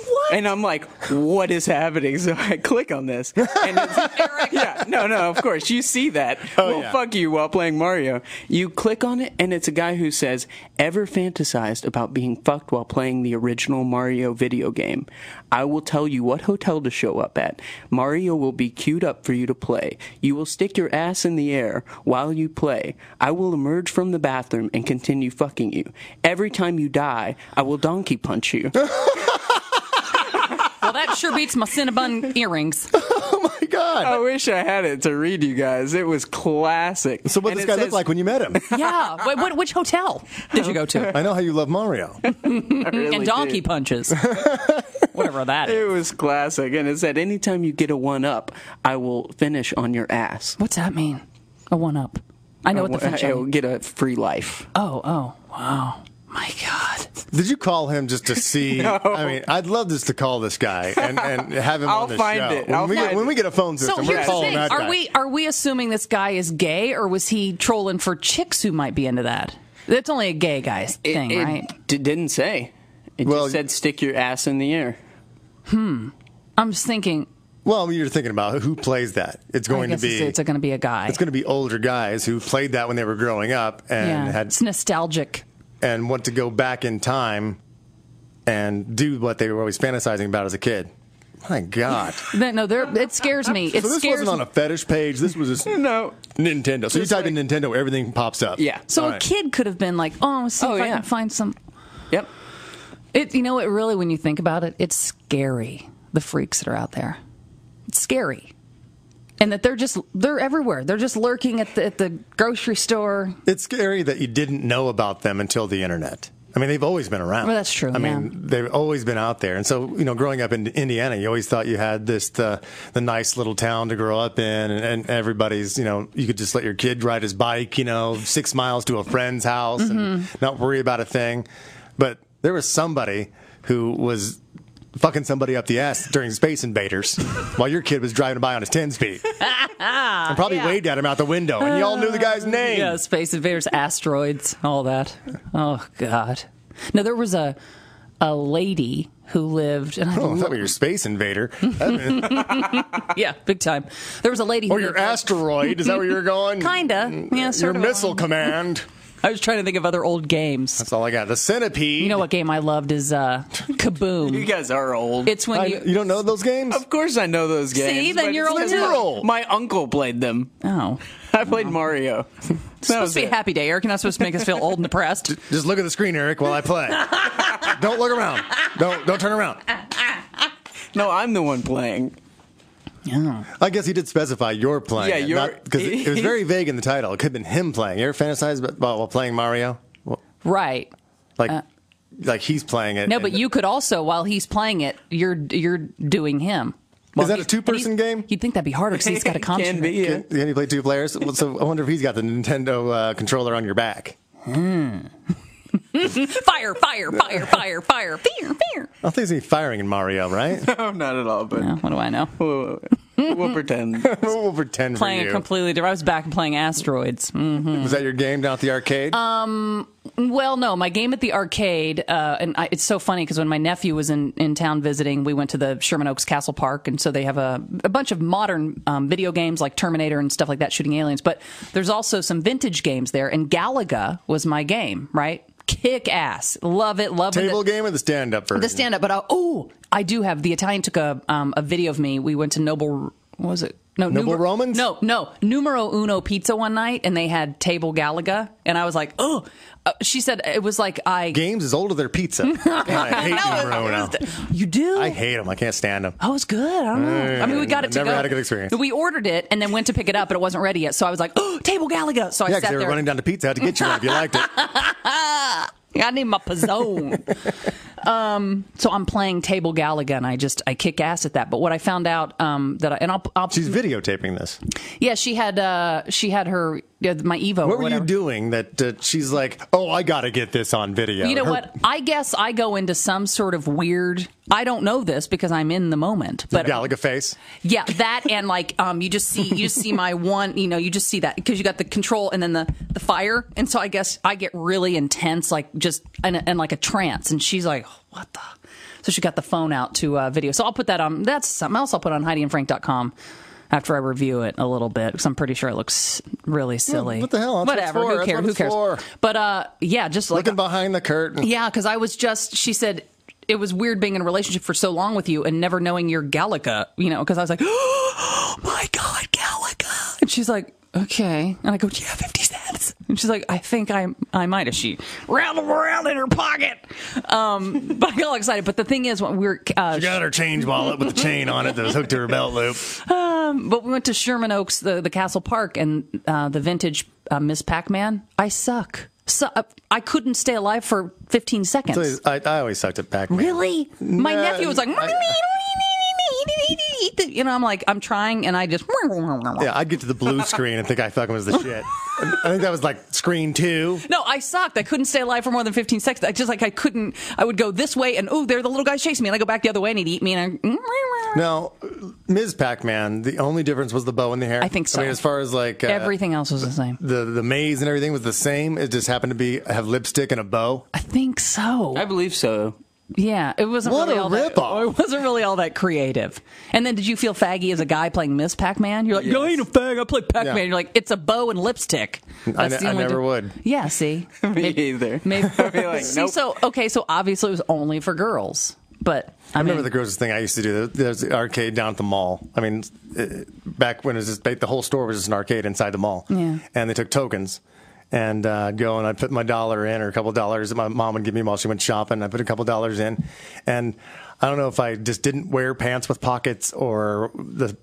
[SPEAKER 3] What?
[SPEAKER 5] And I'm like, what is happening? So I click on this. And it's, yeah, no, no, of course. You see that. well,
[SPEAKER 4] yeah.
[SPEAKER 5] fuck you while playing Mario. You click on it, and it's a guy who says, ever fantasized about being fucked while playing the original Mario video game? I will tell you what hotel to show up at. Mario will be queued up for you to play. You will stick your ass in the air while you play. I will emerge from the bathroom and continue fucking you. Every time you die, I will donkey punch you.
[SPEAKER 3] Well, that sure beats my Cinnabon earrings.
[SPEAKER 4] oh my God.
[SPEAKER 5] I wish I had it to read you guys. It was classic.
[SPEAKER 4] So what
[SPEAKER 5] And
[SPEAKER 4] this
[SPEAKER 5] it
[SPEAKER 4] guy
[SPEAKER 5] says-
[SPEAKER 4] looked like when you met him?
[SPEAKER 3] Yeah. Wait, what, which hotel did you go to?
[SPEAKER 4] I know how you love Mario.
[SPEAKER 5] I really
[SPEAKER 3] and donkey
[SPEAKER 5] did.
[SPEAKER 3] punches. Whatever that
[SPEAKER 5] It
[SPEAKER 3] is.
[SPEAKER 5] was classic, and it said, "Anytime you get a one up, I will finish on your ass.
[SPEAKER 3] What's that mean? A one up. I know what the French
[SPEAKER 5] I
[SPEAKER 3] are.
[SPEAKER 5] will get a free life."
[SPEAKER 3] Oh, oh, wow. My God.
[SPEAKER 4] Did you call him just to see? I mean, I'd love just to call this guy and, and have him
[SPEAKER 5] I'll
[SPEAKER 4] on the
[SPEAKER 5] find
[SPEAKER 4] show.
[SPEAKER 5] it.
[SPEAKER 4] When,
[SPEAKER 5] I'll
[SPEAKER 4] we get,
[SPEAKER 5] find
[SPEAKER 4] when
[SPEAKER 5] it.
[SPEAKER 4] we get a phone
[SPEAKER 3] So
[SPEAKER 4] system, we're
[SPEAKER 3] here's the
[SPEAKER 4] calling
[SPEAKER 3] thing.
[SPEAKER 4] that
[SPEAKER 3] Are
[SPEAKER 4] guy.
[SPEAKER 3] we are we assuming this guy is gay or was he trolling for chicks who might be into that? That's only a gay guy's
[SPEAKER 5] It,
[SPEAKER 3] thing,
[SPEAKER 5] it
[SPEAKER 3] right?
[SPEAKER 5] d- didn't say. It
[SPEAKER 4] Well,
[SPEAKER 5] just said, "Stick your ass in the air."
[SPEAKER 3] I'm just thinking
[SPEAKER 4] Well, you're thinking about who plays that. It's
[SPEAKER 3] I
[SPEAKER 4] going to
[SPEAKER 3] guess
[SPEAKER 4] be
[SPEAKER 3] it's, it's going to be a guy.
[SPEAKER 4] it's going to be older guys who played that when they were growing up and
[SPEAKER 3] yeah.
[SPEAKER 4] had
[SPEAKER 3] it's nostalgic.
[SPEAKER 4] and want to go back in time and do what they were always fantasizing about as a kid. My God!
[SPEAKER 3] No, no, there- it scares me. It
[SPEAKER 4] so this
[SPEAKER 3] scares
[SPEAKER 4] wasn't on a fetish page. This was just
[SPEAKER 5] No.
[SPEAKER 4] Nintendo. So you type in Nintendo, everything pops up.
[SPEAKER 5] Yeah.
[SPEAKER 3] So
[SPEAKER 4] All
[SPEAKER 3] a
[SPEAKER 4] right.
[SPEAKER 3] kid could have been like, "Oh, I'm gonna see
[SPEAKER 5] Oh,
[SPEAKER 3] if I
[SPEAKER 5] yeah.
[SPEAKER 3] can find some."
[SPEAKER 5] Yep.
[SPEAKER 3] It, you know, it really, when you think about it, it's scary. The freaks that are out there, it's scary, and that they're just they're everywhere. They're just lurking at the at the grocery store.
[SPEAKER 4] It's scary that you didn't know about them until the internet. I mean, they've always been around.
[SPEAKER 3] Well, that's true,
[SPEAKER 4] I mean,
[SPEAKER 3] yeah.
[SPEAKER 4] they've always been out there. And so, you know, growing up in Indiana, you always thought you had this the, the nice little town to grow up in, and, and everybody's, you know, you could just let your kid ride his bike, you know, six miles to a friend's house
[SPEAKER 3] Mm-hmm.
[SPEAKER 4] and not worry about a thing. But there was somebody who was fucking somebody up the ass during Space Invaders while your kid was driving by on his ten speed and probably waved at him out the window, and you all knew the
[SPEAKER 3] Uh,
[SPEAKER 4] guy's name.
[SPEAKER 3] Yeah, space invaders, asteroids, all that. Oh God! Now there was a a lady who lived. And
[SPEAKER 4] Oh,
[SPEAKER 3] I
[SPEAKER 4] I
[SPEAKER 3] lo-
[SPEAKER 4] thought we were space invader.
[SPEAKER 3] yeah, big time. There was a lady.
[SPEAKER 4] or
[SPEAKER 3] who
[SPEAKER 4] your
[SPEAKER 3] lived-
[SPEAKER 4] asteroid. Is that where you're going? Mm,
[SPEAKER 3] Kinda. Yeah, sort
[SPEAKER 4] your
[SPEAKER 3] of
[SPEAKER 4] missile
[SPEAKER 3] along.
[SPEAKER 4] command.
[SPEAKER 3] I was trying to think of other old games.
[SPEAKER 4] That's all I got. The centipede.
[SPEAKER 3] You know what game I loved is uh, Kaboom.
[SPEAKER 5] You guys are old.
[SPEAKER 3] it's when
[SPEAKER 4] I,
[SPEAKER 3] you, Oh.
[SPEAKER 4] you don't know those games?
[SPEAKER 5] of course I know those games.
[SPEAKER 3] then
[SPEAKER 5] but
[SPEAKER 3] you're
[SPEAKER 5] it's
[SPEAKER 3] old
[SPEAKER 5] because
[SPEAKER 3] too.
[SPEAKER 5] my- My uncle played them.
[SPEAKER 3] oh,
[SPEAKER 5] I played Mario.
[SPEAKER 3] it's
[SPEAKER 5] That
[SPEAKER 3] supposed
[SPEAKER 5] was
[SPEAKER 3] to be a
[SPEAKER 5] it.
[SPEAKER 3] happy day, Eric. You're not supposed to make us feel old and depressed.
[SPEAKER 4] Just look at the screen, Eric, while I play. don't look around. Don't don't turn around.
[SPEAKER 5] No, I'm the one playing.
[SPEAKER 3] Yeah.
[SPEAKER 4] I guess he did specify you're playing.
[SPEAKER 5] Yeah,
[SPEAKER 4] it,
[SPEAKER 5] you're-
[SPEAKER 4] not- Because it, it was very vague in the title. It could have been him playing. You ever fantasize about, about while playing Mario? Well,
[SPEAKER 3] Right.
[SPEAKER 4] Like, like he's playing it.
[SPEAKER 3] Uh. No, but
[SPEAKER 4] and- uh,
[SPEAKER 3] you could also, while he's playing it, you're you're doing him. While
[SPEAKER 4] that a
[SPEAKER 3] he's-
[SPEAKER 4] two-person
[SPEAKER 3] and he's-
[SPEAKER 4] game?
[SPEAKER 3] You'd think that'd be harder because he's got to
[SPEAKER 5] It can
[SPEAKER 3] concentrate.
[SPEAKER 5] be. yeah.
[SPEAKER 4] Can, can you play two players? Well, so I wonder if he's got the Nintendo uh, controller on your back.
[SPEAKER 3] Fire, fire, fire, fire, fire, fire, fire.
[SPEAKER 4] I don't think there's any firing in Mario, right?
[SPEAKER 5] No, not at all. But
[SPEAKER 3] Yeah, what do I know?
[SPEAKER 5] we'll, we'll- we'll pretend.
[SPEAKER 4] we'll pretend
[SPEAKER 3] Playing
[SPEAKER 4] for
[SPEAKER 3] a
[SPEAKER 4] you.
[SPEAKER 3] completely different. I was back playing asteroids. Mm.
[SPEAKER 4] was that your game down at the arcade?
[SPEAKER 3] Um, Well, no, my game at the arcade, uh, and I, it's so funny because when my nephew was in, in town visiting, we went to the Sherman Oaks Castle Park, and so they have a, a bunch of modern um, video games like Terminator and stuff like that, shooting aliens. But there's also some vintage games there, and Galaga was my game, right? Kick ass, love it, love it.
[SPEAKER 4] Table game or the stand up version?
[SPEAKER 3] the stand up. But uh, oh, I do have the Italian took a um, a video of me. We went to Noble. What was it? No,
[SPEAKER 4] Noble
[SPEAKER 3] Numer-
[SPEAKER 4] Romans?
[SPEAKER 3] No, no, Numero Uno Pizza one night, and they had Table Galaga, and I was like, oh. Uh, she said it was like I.
[SPEAKER 4] Games is older than pizza. I hate
[SPEAKER 3] No, it
[SPEAKER 4] Numero Uno.
[SPEAKER 3] was- you do.
[SPEAKER 4] I hate them. I can't stand them.
[SPEAKER 3] I was good. I don't know. I mean, we got it to
[SPEAKER 4] Never
[SPEAKER 3] go.
[SPEAKER 4] had a good experience.
[SPEAKER 3] We ordered it and then went to pick it up, and it wasn't ready yet. So I was like, "Oh, table Galaga!" So I
[SPEAKER 4] Yeah,
[SPEAKER 3] sat
[SPEAKER 4] because they were
[SPEAKER 3] there.
[SPEAKER 4] running down to Pizza Hut to get you one if you liked it.
[SPEAKER 3] I need my pizzone. um, so I'm playing Table Galaga, and I just I kick ass at that. But what I found out um, that I, and I'll, I'll
[SPEAKER 4] She's videotaping this.
[SPEAKER 3] Yeah, she had uh she had her yeah, my Evo. or
[SPEAKER 4] What were you
[SPEAKER 3] whatever.
[SPEAKER 4] doing that uh, she's like, oh, I got to get this on video?
[SPEAKER 3] You know
[SPEAKER 4] Her-
[SPEAKER 3] what? I guess I go into some sort of weird. I don't know this because I'm in the moment, but
[SPEAKER 4] Galaga face.
[SPEAKER 3] yeah, that and like um, you just see you just see my one. You know, you just see that because you got the control and then the the fire, and so I guess I get really intense, like just and, and like a trance. And she's like, what the. So she got the phone out to uh, video. So I'll put that on. That's something else I'll put on HeidiandFrank.com after I review it a little bit because I'm pretty sure it looks really silly.
[SPEAKER 4] what the hell? That's what it's
[SPEAKER 3] Whatever.
[SPEAKER 4] for.
[SPEAKER 3] Who
[SPEAKER 4] That's
[SPEAKER 3] cares?
[SPEAKER 4] what
[SPEAKER 3] Who
[SPEAKER 4] it's
[SPEAKER 3] cares?
[SPEAKER 4] for.
[SPEAKER 3] But uh, yeah, just like
[SPEAKER 4] Looking behind the curtain.
[SPEAKER 3] yeah, because I was just, she said, it was weird being in a relationship for so long with you and never knowing your Galaga, you know, because I was like, oh my God, Galaga. And she's like, okay. And I go, do you have 50 cents? And she's like, I think I, I might have. She rattled around in her pocket. Um, but I got all excited. But the thing is, when we were, uh,
[SPEAKER 4] She got her change wallet with the chain on it that was hooked to her belt loop.
[SPEAKER 3] but we went to Sherman Oaks, the, the Castle Park, and uh, the vintage uh, Miss Pac Man, I suck. So, uh, I couldn't stay alive for 15 seconds.
[SPEAKER 4] So I, I always sucked at Pac-Man.
[SPEAKER 3] Really? My
[SPEAKER 4] No,
[SPEAKER 3] nephew was like, you know, I'm like, I'm trying, and I just.
[SPEAKER 4] Yeah, I'd get to the blue screen and think I fucking was the shit. I think that was like screen two.
[SPEAKER 3] No, I sucked. I couldn't stay alive for more than 15 seconds. I just like I couldn't. I would go this way, and oh, there the little guys chasing me, and I go back the other way, and he'd eat me, and I.
[SPEAKER 4] Now, Ms. Pac-Man, the only difference was the bow and the hair.
[SPEAKER 3] I think so.
[SPEAKER 4] I mean, as far as like uh,
[SPEAKER 3] Everything else was the same.
[SPEAKER 4] the the maze and everything was the same. It just happened to be have lipstick and a bow.
[SPEAKER 3] I think so.
[SPEAKER 5] I believe so.
[SPEAKER 3] Yeah, it wasn't
[SPEAKER 4] What
[SPEAKER 3] really
[SPEAKER 4] a
[SPEAKER 3] all that.
[SPEAKER 4] ripoff.
[SPEAKER 3] It wasn't really all that creative. And then, did you feel faggy as a guy playing Miss Pac-Man? You're like, I ain't a fag. I play Pac-Man.
[SPEAKER 4] Yeah.
[SPEAKER 3] You're like, it's a bow and lipstick.
[SPEAKER 4] I,
[SPEAKER 3] That's
[SPEAKER 4] ne-
[SPEAKER 3] the
[SPEAKER 4] I
[SPEAKER 3] only
[SPEAKER 4] never
[SPEAKER 3] di-
[SPEAKER 4] would.
[SPEAKER 3] Yeah. See.
[SPEAKER 5] Me either.
[SPEAKER 3] Maybe.
[SPEAKER 5] like,
[SPEAKER 3] See,
[SPEAKER 5] nope.
[SPEAKER 3] so okay, so obviously it was only for girls, but I,
[SPEAKER 4] I
[SPEAKER 3] mean,
[SPEAKER 4] remember the grossest thing I used to do. There- There's the arcade down at the mall. I mean, uh, back when it was just ba- the whole store was just an arcade inside the mall.
[SPEAKER 3] Yeah.
[SPEAKER 4] And they took tokens. And uh, I'd go and I'd put my dollar in or a couple dollars. My mom would give me while she went shopping. I put a couple dollars in. And I don't know if I just didn't wear pants with pockets or the.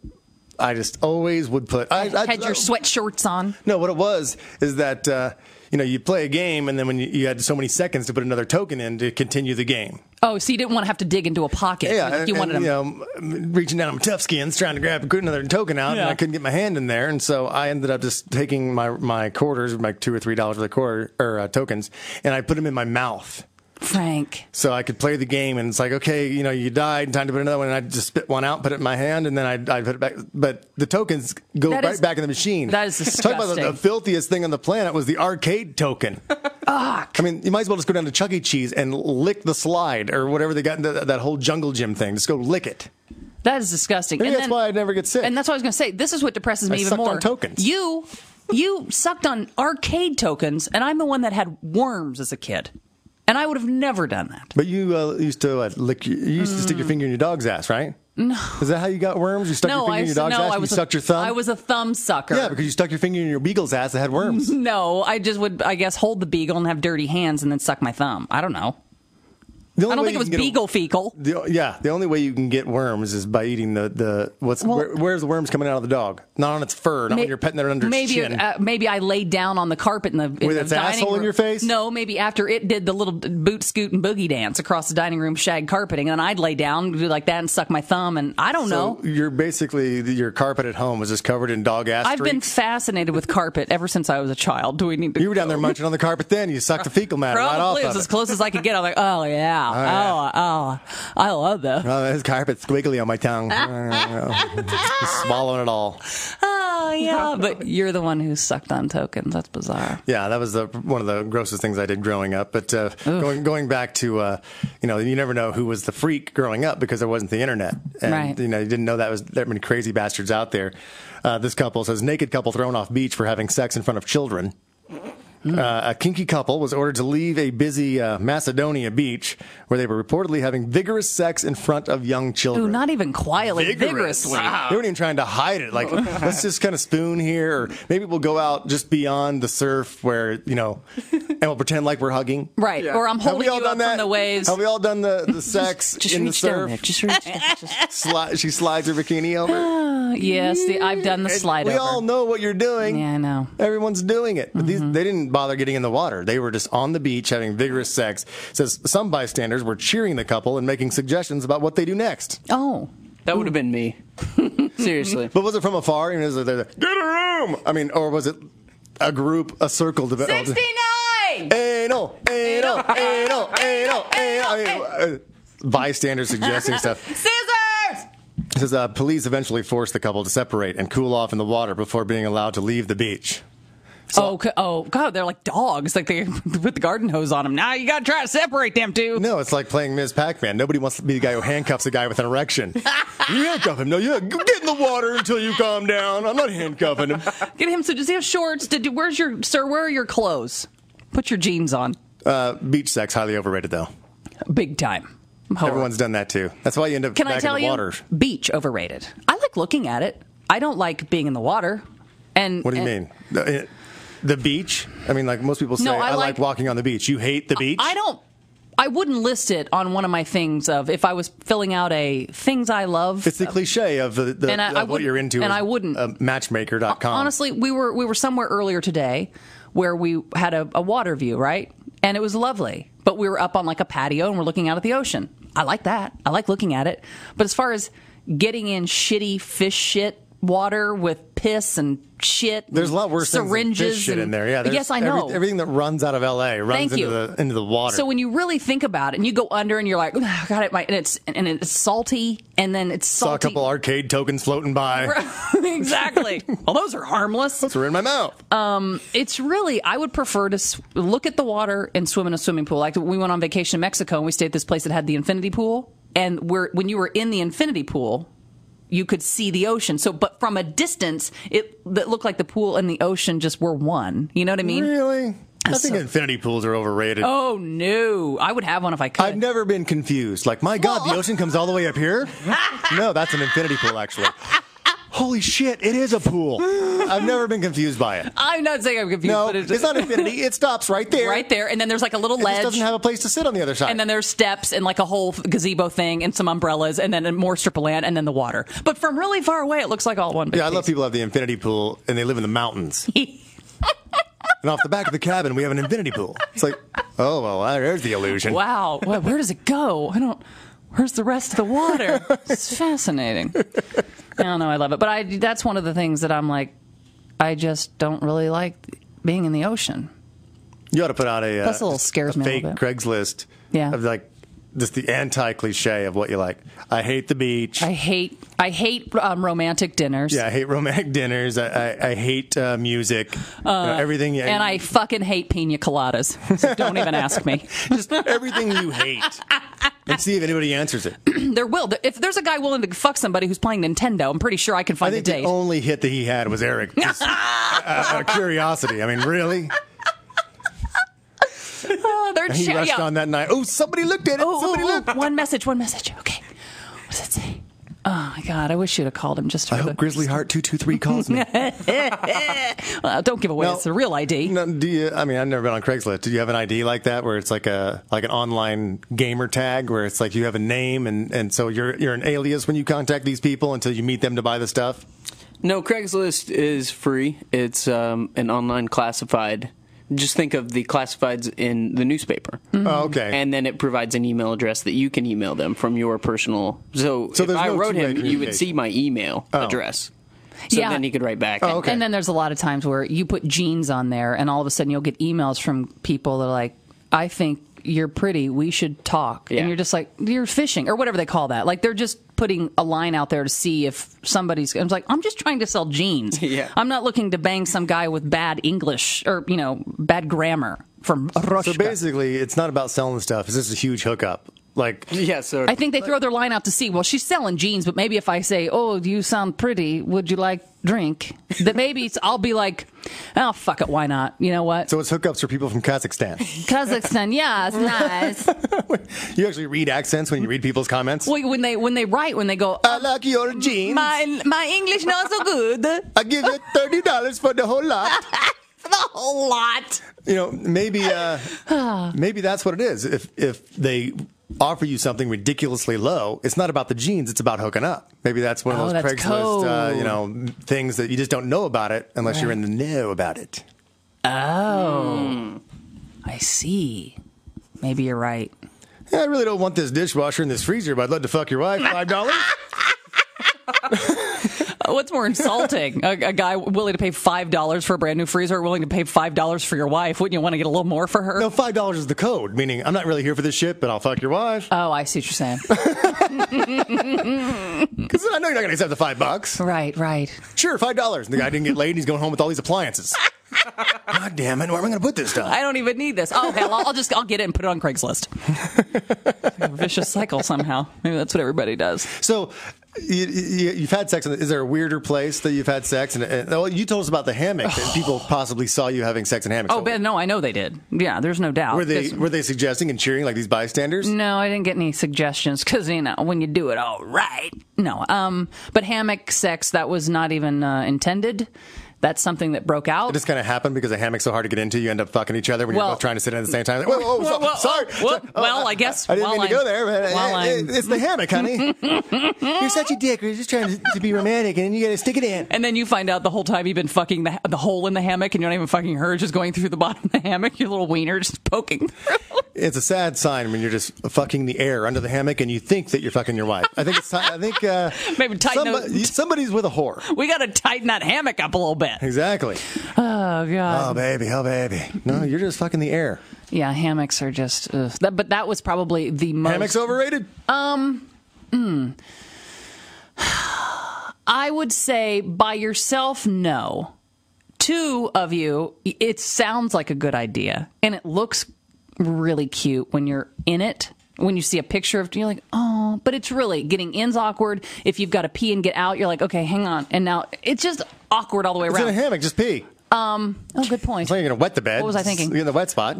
[SPEAKER 4] I just always would put. I, I
[SPEAKER 3] had your sweatshirts on.
[SPEAKER 4] no, what it was is that uh, you know you play a game and then when you, you had so many seconds to put another token in to continue the game.
[SPEAKER 3] Oh, so you didn't want to have to dig into a pocket.
[SPEAKER 4] Yeah,
[SPEAKER 3] Like, you
[SPEAKER 4] and-
[SPEAKER 3] wanted
[SPEAKER 4] and,
[SPEAKER 3] them.
[SPEAKER 4] you know, m- reaching down on my tough skins, trying to grab another token out, and
[SPEAKER 3] Yeah.
[SPEAKER 4] I couldn't get my hand in there, and so I ended up just taking my my quarters, my two or three dollars worth of quarter or uh, tokens, and I put them in my mouth.
[SPEAKER 3] Frank.
[SPEAKER 4] So I could play the game, and it's like, okay, you know, you died, time to put another one, and I just spit one out, put it in my hand, and then I I put it back. But the tokens go
[SPEAKER 3] That
[SPEAKER 4] right
[SPEAKER 3] is-
[SPEAKER 4] back in the machine.
[SPEAKER 3] that is
[SPEAKER 4] Talk about the, the
[SPEAKER 3] disgusting.
[SPEAKER 4] filthiest thing on the planet was the arcade token. I mean, you might as well just go down to Chuck E. Cheese and lick the slide or whatever they got in that- that whole jungle gym thing. Just go lick it.
[SPEAKER 3] That is disgusting.
[SPEAKER 4] Maybe
[SPEAKER 3] and
[SPEAKER 4] that's
[SPEAKER 3] then,
[SPEAKER 4] why I never get sick.
[SPEAKER 3] And that's what I was going to say. This is what depresses me
[SPEAKER 4] I
[SPEAKER 3] even
[SPEAKER 4] sucked on
[SPEAKER 3] more.
[SPEAKER 4] tokens.
[SPEAKER 3] You you sucked on arcade tokens, and I'm the one that had worms as a kid. And I would have never done that.
[SPEAKER 4] But you uh, used to uh, lick. Your, you used to stick your finger in your dog's ass, right? No. Is that how you got worms? You stuck your
[SPEAKER 3] Mm. no,
[SPEAKER 4] finger
[SPEAKER 3] I,
[SPEAKER 4] in your dog's
[SPEAKER 3] no,
[SPEAKER 4] ass.
[SPEAKER 3] I
[SPEAKER 4] and
[SPEAKER 3] was
[SPEAKER 4] you
[SPEAKER 3] a-
[SPEAKER 4] sucked your thumb.
[SPEAKER 3] I was a thumb sucker.
[SPEAKER 4] yeah, because you stuck your finger in your beagle's ass that had worms.
[SPEAKER 3] no, I just would, I guess, hold the beagle and have dirty hands and then suck my thumb. I don't know.
[SPEAKER 4] The only
[SPEAKER 3] I don't
[SPEAKER 4] way
[SPEAKER 3] think it
[SPEAKER 4] you
[SPEAKER 3] was
[SPEAKER 4] can get a-
[SPEAKER 3] beagle fecal.
[SPEAKER 4] The, yeah, the only way you can get worms is by eating the the what's
[SPEAKER 3] Well-
[SPEAKER 4] where, where's the worms coming out of the dog? Not on its fur, not
[SPEAKER 3] May-
[SPEAKER 4] when you're petting it under its
[SPEAKER 3] maybe,
[SPEAKER 4] chin.
[SPEAKER 3] Uh, maybe I laid down on the carpet in the in
[SPEAKER 4] With
[SPEAKER 3] the
[SPEAKER 4] its
[SPEAKER 3] dining
[SPEAKER 4] asshole in
[SPEAKER 3] room.
[SPEAKER 4] your face?
[SPEAKER 3] No, maybe after it did the little boot scoot and boogie dance across the dining room shag carpeting, and then I'd lay down do like that and suck my thumb, and I don't
[SPEAKER 4] so
[SPEAKER 3] know.
[SPEAKER 4] you're basically your carpet at home was just covered in dog ass.
[SPEAKER 3] I've been
[SPEAKER 4] streaks.
[SPEAKER 3] fascinated with carpet ever since I was a child. Do we need to?
[SPEAKER 4] you were down there munching on the carpet. Then you sucked the fecal matter right off
[SPEAKER 3] Probably it
[SPEAKER 4] of
[SPEAKER 3] was
[SPEAKER 4] it.
[SPEAKER 3] as close as I could get. I'm like, oh yeah, oh
[SPEAKER 4] yeah.
[SPEAKER 3] oh, I love this.
[SPEAKER 4] Oh, this carpet's squiggly on my tongue. Just swallowing it all.
[SPEAKER 3] Oh yeah, but you're the one who sucked on tokens. That's bizarre.
[SPEAKER 4] Yeah, that was the, one of the grossest things I did growing up. But uh, going going back to, uh, you know, you never know who was the freak growing up because there wasn't the internet, and
[SPEAKER 3] Right.
[SPEAKER 4] you know, you didn't know that was that many crazy bastards out there. Uh, this couple says naked couple thrown off beach for having sex in front of children.
[SPEAKER 3] Mm.
[SPEAKER 4] Uh, a kinky couple was ordered to leave a busy uh, Macedonia beach where they were reportedly having vigorous sex in front of young children.
[SPEAKER 3] Ooh, not even quietly, vigorously.
[SPEAKER 4] They weren't even trying to hide it. Like, let's just kind of spoon here, or maybe we'll go out just beyond the surf where you know, and we'll pretend like we're hugging.
[SPEAKER 3] Right, or I'm
[SPEAKER 4] Have
[SPEAKER 3] holding
[SPEAKER 4] we all
[SPEAKER 3] you up
[SPEAKER 4] done that?
[SPEAKER 3] from the waves.
[SPEAKER 4] Have we all done the, the sex
[SPEAKER 5] Just
[SPEAKER 4] in the
[SPEAKER 5] reach down there.
[SPEAKER 4] surf?
[SPEAKER 5] Just reach down. Just-
[SPEAKER 4] Sli- she slides her bikini over.
[SPEAKER 3] uh, Yes, the, I've done the slide
[SPEAKER 4] we
[SPEAKER 3] over.
[SPEAKER 4] all know what you're doing.
[SPEAKER 3] Yeah, I know. Mm-hmm.
[SPEAKER 4] Everyone's doing it. But these, they didn't bother getting in the water. They were just on the beach having vigorous sex. says some bystanders were cheering the couple and making suggestions about what they do next.
[SPEAKER 3] Oh,
[SPEAKER 5] that would have been me. Seriously.
[SPEAKER 4] But was it from afar? You know, is it- they're like, Get a room! I mean, or was it a group, a circle? Developed?
[SPEAKER 3] 69!
[SPEAKER 4] Anal, anal, anal, anal, anal. I mean, uh, bystanders suggesting stuff.
[SPEAKER 3] Scissors!
[SPEAKER 4] It says uh, police eventually forced the couple to separate and cool off in the water before being allowed to leave the beach.
[SPEAKER 3] oh, c- oh, God, they're like dogs. Like they put the garden hose on them. Now you got to try to separate them two.
[SPEAKER 4] No, it's like playing Ms. Pac-Man. Nobody wants to be the guy who handcuffs a guy with an erection. you handcuff him. No, you get in the water until you calm down. I'm not handcuffing him.
[SPEAKER 3] Get him some, does he have shorts? Did you, where's your, sir, where are your clothes? Put your jeans on.
[SPEAKER 4] Uh, beach sex highly overrated though.
[SPEAKER 3] Big time. Horror.
[SPEAKER 4] Everyone's done that too. That's why you end up
[SPEAKER 3] Can
[SPEAKER 4] back
[SPEAKER 3] I tell
[SPEAKER 4] in the
[SPEAKER 3] you?
[SPEAKER 4] water.
[SPEAKER 3] Beach overrated. I like looking at it. I don't like being in the water. And
[SPEAKER 4] What do you
[SPEAKER 3] and-
[SPEAKER 4] mean? The, it- the beach? I mean, like most people say,
[SPEAKER 3] Eh. No,
[SPEAKER 4] I,
[SPEAKER 3] I
[SPEAKER 4] like,
[SPEAKER 3] like-
[SPEAKER 4] walking on the beach. You hate the beach?
[SPEAKER 3] I don't. I wouldn't list it on one of my things of if I was filling out a things I love.
[SPEAKER 4] It's the cliche of, the, the,
[SPEAKER 3] And I-
[SPEAKER 4] of
[SPEAKER 3] I
[SPEAKER 4] what
[SPEAKER 3] wouldn't-
[SPEAKER 4] you're into.
[SPEAKER 3] and
[SPEAKER 4] is,
[SPEAKER 3] I wouldn't.
[SPEAKER 4] Uh, matchmaker.com.
[SPEAKER 3] honestly, we were we were somewhere earlier today where we had a, a water view, right? And it was lovely. But we were up on like a patio and we're looking out at the ocean. I like that. I like looking at it. But as far as getting in shitty fish shit water with piss and shit,
[SPEAKER 4] There's a lot worse things than fish
[SPEAKER 3] syringes
[SPEAKER 4] shit
[SPEAKER 3] and-
[SPEAKER 4] in there. Yeah. there's
[SPEAKER 3] yes, I
[SPEAKER 4] every-
[SPEAKER 3] know.
[SPEAKER 4] everything that runs out of LA runs
[SPEAKER 3] Thank
[SPEAKER 4] into
[SPEAKER 3] you.
[SPEAKER 4] the into the water.
[SPEAKER 3] So when you really think about it, and you go under, and you're like, oh, "God, it might," and it's and it's salty, and then it's
[SPEAKER 4] saw a
[SPEAKER 3] salty.
[SPEAKER 4] couple arcade tokens floating by.
[SPEAKER 3] exactly. well, those are harmless.
[SPEAKER 4] Those were in my mouth.
[SPEAKER 3] Uh, It's really, I would prefer to s look at the water and swim in a swimming pool. Like we went on vacation to Mexico and we stayed at this place that had the infinity pool. And where when you were in the infinity pool, you could see the ocean. So, but from a distance, it that looked like the pool and the ocean just were one. You know what I mean?
[SPEAKER 4] really? I think
[SPEAKER 3] So-
[SPEAKER 4] infinity pools are overrated.
[SPEAKER 3] Oh no, I would have one if I could.
[SPEAKER 4] I've never been confused. Like, my God, the
[SPEAKER 3] Well-
[SPEAKER 4] ocean comes all the way up here? no, that's an infinity pool, actually. Holy shit, it is a pool. I've never been confused by it.
[SPEAKER 3] I'm not saying I'm confused,
[SPEAKER 4] No,
[SPEAKER 3] but
[SPEAKER 4] it's not infinity. It stops right there.
[SPEAKER 3] right there. And then there's like a little
[SPEAKER 4] It just
[SPEAKER 3] ledge.
[SPEAKER 4] doesn't have a place to sit on the other side.
[SPEAKER 3] and then there's steps and like a whole gazebo thing and some umbrellas and then more strip of land and then the water. But from really far away, it looks like all one big
[SPEAKER 4] yeah, I love
[SPEAKER 3] piece.
[SPEAKER 4] people who have the infinity pool and they live in the mountains. and off the back of the cabin, we have an infinity pool. It's like, oh, well, there's the illusion.
[SPEAKER 3] Wow, Wha- where does it go? I don't. Where's the rest of the water? It's fascinating. I don't know. I love it, but I that's one of the things that I'm like, I just don't really like being in the ocean.
[SPEAKER 4] You ought to put out a, uh,
[SPEAKER 3] Plus a little
[SPEAKER 4] just
[SPEAKER 3] scares me a
[SPEAKER 4] fake
[SPEAKER 3] little
[SPEAKER 4] Craigslist
[SPEAKER 3] Yeah.
[SPEAKER 4] of like just the anti cliche of what you like. I hate the beach.
[SPEAKER 3] I hate I hate um, romantic dinners.
[SPEAKER 4] yeah, I hate romantic dinners. I, I, I hate uh, music. You know, everything.
[SPEAKER 3] Uh, And I fucking hate pina coladas. So don't even ask me.
[SPEAKER 4] just everything you hate. and see if anybody answers it.
[SPEAKER 3] There will. If there's a guy willing to fuck somebody who's playing Nintendo, I'm pretty sure I
[SPEAKER 4] I
[SPEAKER 3] can find a
[SPEAKER 4] think the
[SPEAKER 3] date.
[SPEAKER 4] only hit that he had was Eric. Just, uh, uh, curiosity. I mean, really?
[SPEAKER 3] Oh, they're
[SPEAKER 4] He
[SPEAKER 3] ch-
[SPEAKER 4] rushed
[SPEAKER 3] yeah.
[SPEAKER 4] on that night. Oh, somebody looked at it.
[SPEAKER 3] Ooh,
[SPEAKER 4] somebody
[SPEAKER 3] ooh, ooh.
[SPEAKER 4] looked.
[SPEAKER 3] One message, one message. Okay. What does it say? Oh my God! I wish you'd have called him just for
[SPEAKER 4] I
[SPEAKER 3] the.
[SPEAKER 4] hope Grizzly Heart two two three calls me.
[SPEAKER 3] Well, don't give away.
[SPEAKER 4] No.
[SPEAKER 3] it's a real ID.
[SPEAKER 4] No, do you? I mean, I've never been on Craigslist. Do you have an ID like that, where it's like a like an online gamer tag, where it's like you have a name, and and so you're you're an alias when you contact these people until you meet them to buy the stuff.
[SPEAKER 3] Mm-hmm.
[SPEAKER 5] No, Craigslist is free. It's um, an online classified. Just think of the classifieds in the newspaper.
[SPEAKER 4] Oh, okay.
[SPEAKER 5] And then it provides an email address that you can email them from your personal. So,
[SPEAKER 4] So
[SPEAKER 5] if
[SPEAKER 4] there's
[SPEAKER 5] I
[SPEAKER 4] no
[SPEAKER 5] wrote
[SPEAKER 4] two-way
[SPEAKER 5] him, you would see
[SPEAKER 4] communication.
[SPEAKER 5] my email address. So
[SPEAKER 3] Yeah.
[SPEAKER 5] then he could write back.
[SPEAKER 4] Oh, okay.
[SPEAKER 3] And then there's a lot of times where you put jeans on there, and all of a sudden you'll get emails from people that are like, I think you're pretty. We should talk.
[SPEAKER 5] Yeah.
[SPEAKER 3] And you're just like, you're fishing, or whatever they call that. Like, they're just putting a line out there to see if somebody's. I'm like, I'm just trying to sell jeans.
[SPEAKER 5] Yeah.
[SPEAKER 3] I'm not looking to bang some guy with bad English or, you know, bad grammar from
[SPEAKER 4] so
[SPEAKER 3] Russia.
[SPEAKER 4] basically, it's not about selling stuff. It's just a huge hookup. Like
[SPEAKER 5] Yeah, so
[SPEAKER 3] I think they throw their line out to sea. Well, she's selling jeans, but maybe if I say, "Oh, you sound pretty. Would you like drink?" That maybe it's, I'll be like, "Oh, fuck it, why not?" You know what?
[SPEAKER 4] so, it's hookups for people from Kazakhstan.
[SPEAKER 3] Kazakhstan, yeah, it's nice.
[SPEAKER 4] you actually read accents when you read people's comments.
[SPEAKER 3] Wait, when they when they write, when they go, "Uh,
[SPEAKER 4] I like your jeans.
[SPEAKER 3] my my English not so good.
[SPEAKER 4] I give you thirty dollars for the whole lot.
[SPEAKER 3] The whole lot.
[SPEAKER 4] you know maybe uh, maybe that's what it is if if they offer you something ridiculously low it's not about the jeans it's about hooking up maybe that's one of
[SPEAKER 3] Oh,
[SPEAKER 4] those
[SPEAKER 3] that's
[SPEAKER 4] craigslist uh,
[SPEAKER 3] code.
[SPEAKER 4] you know things that you just don't know about it unless you're in the know about it
[SPEAKER 3] I see. Maybe you're right.
[SPEAKER 4] Yeah, i really don't want this dishwasher in this freezer but i'd love to fuck your wife five dollars
[SPEAKER 3] Uh, What's more insulting? a, a guy willing to pay five dollars for a brand new freezer, or willing to pay five dollars for your wife? Wouldn't you want to get a little more for her?
[SPEAKER 4] no five dollars is the code meaning i'm not really here for this shit but i'll fuck your wife
[SPEAKER 3] Oh, I see what you're saying.
[SPEAKER 4] because i know you're not gonna accept the five bucks
[SPEAKER 3] right, right.
[SPEAKER 4] sure five dollars and the guy didn't get laid and he's going home with all these appliances god damn it where am i gonna put this stuff
[SPEAKER 3] I don't even need this. Oh hell, I'll I'll just I'll get it and put it on Craigslist. A vicious cycle somehow. Maybe that's what everybody does.
[SPEAKER 4] So you, you, you've had sex. In, is there a weirder place that you've had sex? And, and well, you told us about the hammock that people possibly saw you having sex in hammocks.
[SPEAKER 3] Oh, Ben, no, I know they did. Yeah, there's no doubt.
[SPEAKER 4] were they
[SPEAKER 3] It's-
[SPEAKER 4] were they suggesting and cheering like these bystanders?
[SPEAKER 3] no, I didn't get any suggestions because you know when you do it all right. No, um, but hammock sex that was not even uh, intended. That's something that broke out.
[SPEAKER 4] It just kind of happened because the hammock's so hard to get into. You end up fucking each other when
[SPEAKER 3] Well-
[SPEAKER 4] you're both trying to sit in at the same time. Like, whoa, whoa, so-
[SPEAKER 3] Whoa, whoa,
[SPEAKER 4] sorry.
[SPEAKER 3] oh, whoop.
[SPEAKER 4] sorry.
[SPEAKER 3] Well, I guess
[SPEAKER 4] I didn't
[SPEAKER 3] while
[SPEAKER 4] mean to go
[SPEAKER 3] I'm-
[SPEAKER 4] there, but uh,
[SPEAKER 3] while I'm-
[SPEAKER 4] it- it's the hammock, honey. you're such a dick. You're just trying to, to be romantic, and you got to stick it in.
[SPEAKER 3] and then you find out the whole time you've been fucking the, the hole in the hammock, and you're not even fucking her, just going through the bottom of the hammock. Your little wiener just poking through.
[SPEAKER 4] It's a sad sign when you're just fucking the air under the hammock, and you think that you're fucking your wife. I think it's. ti- I think uh,
[SPEAKER 3] Maybe tighten
[SPEAKER 4] somebody,
[SPEAKER 3] those-
[SPEAKER 4] somebody's with a whore.
[SPEAKER 3] We got to tighten that hammock up a little bit.
[SPEAKER 4] Exactly.
[SPEAKER 3] Oh god.
[SPEAKER 4] Oh baby, oh baby. No, you're just fucking the air.
[SPEAKER 3] Yeah, hammocks are just. Ugh. That, but that was probably the most.
[SPEAKER 4] Hammocks overrated.
[SPEAKER 3] I would say by yourself, no. Two of you, it sounds like a good idea, and it looks really cute when you're in it. When you see a picture of, you're like, oh, but it's really getting in's awkward. If you've got to pee and get out, you're like, okay, hang on, and now it's just awkward all the way
[SPEAKER 4] It's in a
[SPEAKER 3] around.
[SPEAKER 4] hammock. Just pee.
[SPEAKER 3] oh, good point.
[SPEAKER 4] It's like you're gonna wet the bed.
[SPEAKER 3] What was I thinking?
[SPEAKER 4] You're in the wet spot.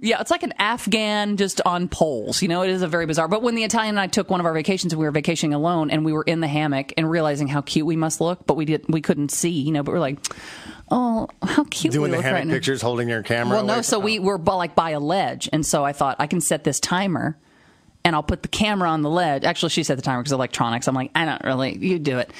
[SPEAKER 3] Yeah, it's like an Afghan just on poles. You know, it is a very bizarre. But when the Italian and I took one of our vacations and we were vacationing alone and we were in the hammock and realizing how cute we must look, but we did we couldn't see, you know, but we're like, Oh, how cute
[SPEAKER 4] Doing
[SPEAKER 3] we
[SPEAKER 4] the
[SPEAKER 3] look
[SPEAKER 4] hammock
[SPEAKER 3] right
[SPEAKER 4] pictures, holding your
[SPEAKER 3] now.
[SPEAKER 4] camera.
[SPEAKER 3] Well no,
[SPEAKER 4] away-
[SPEAKER 3] so we were bu- like by a ledge and so I thought I can set this timer and I'll put the camera on the ledge. Actually she set the timer because electronics. I'm like, I don't really you do it.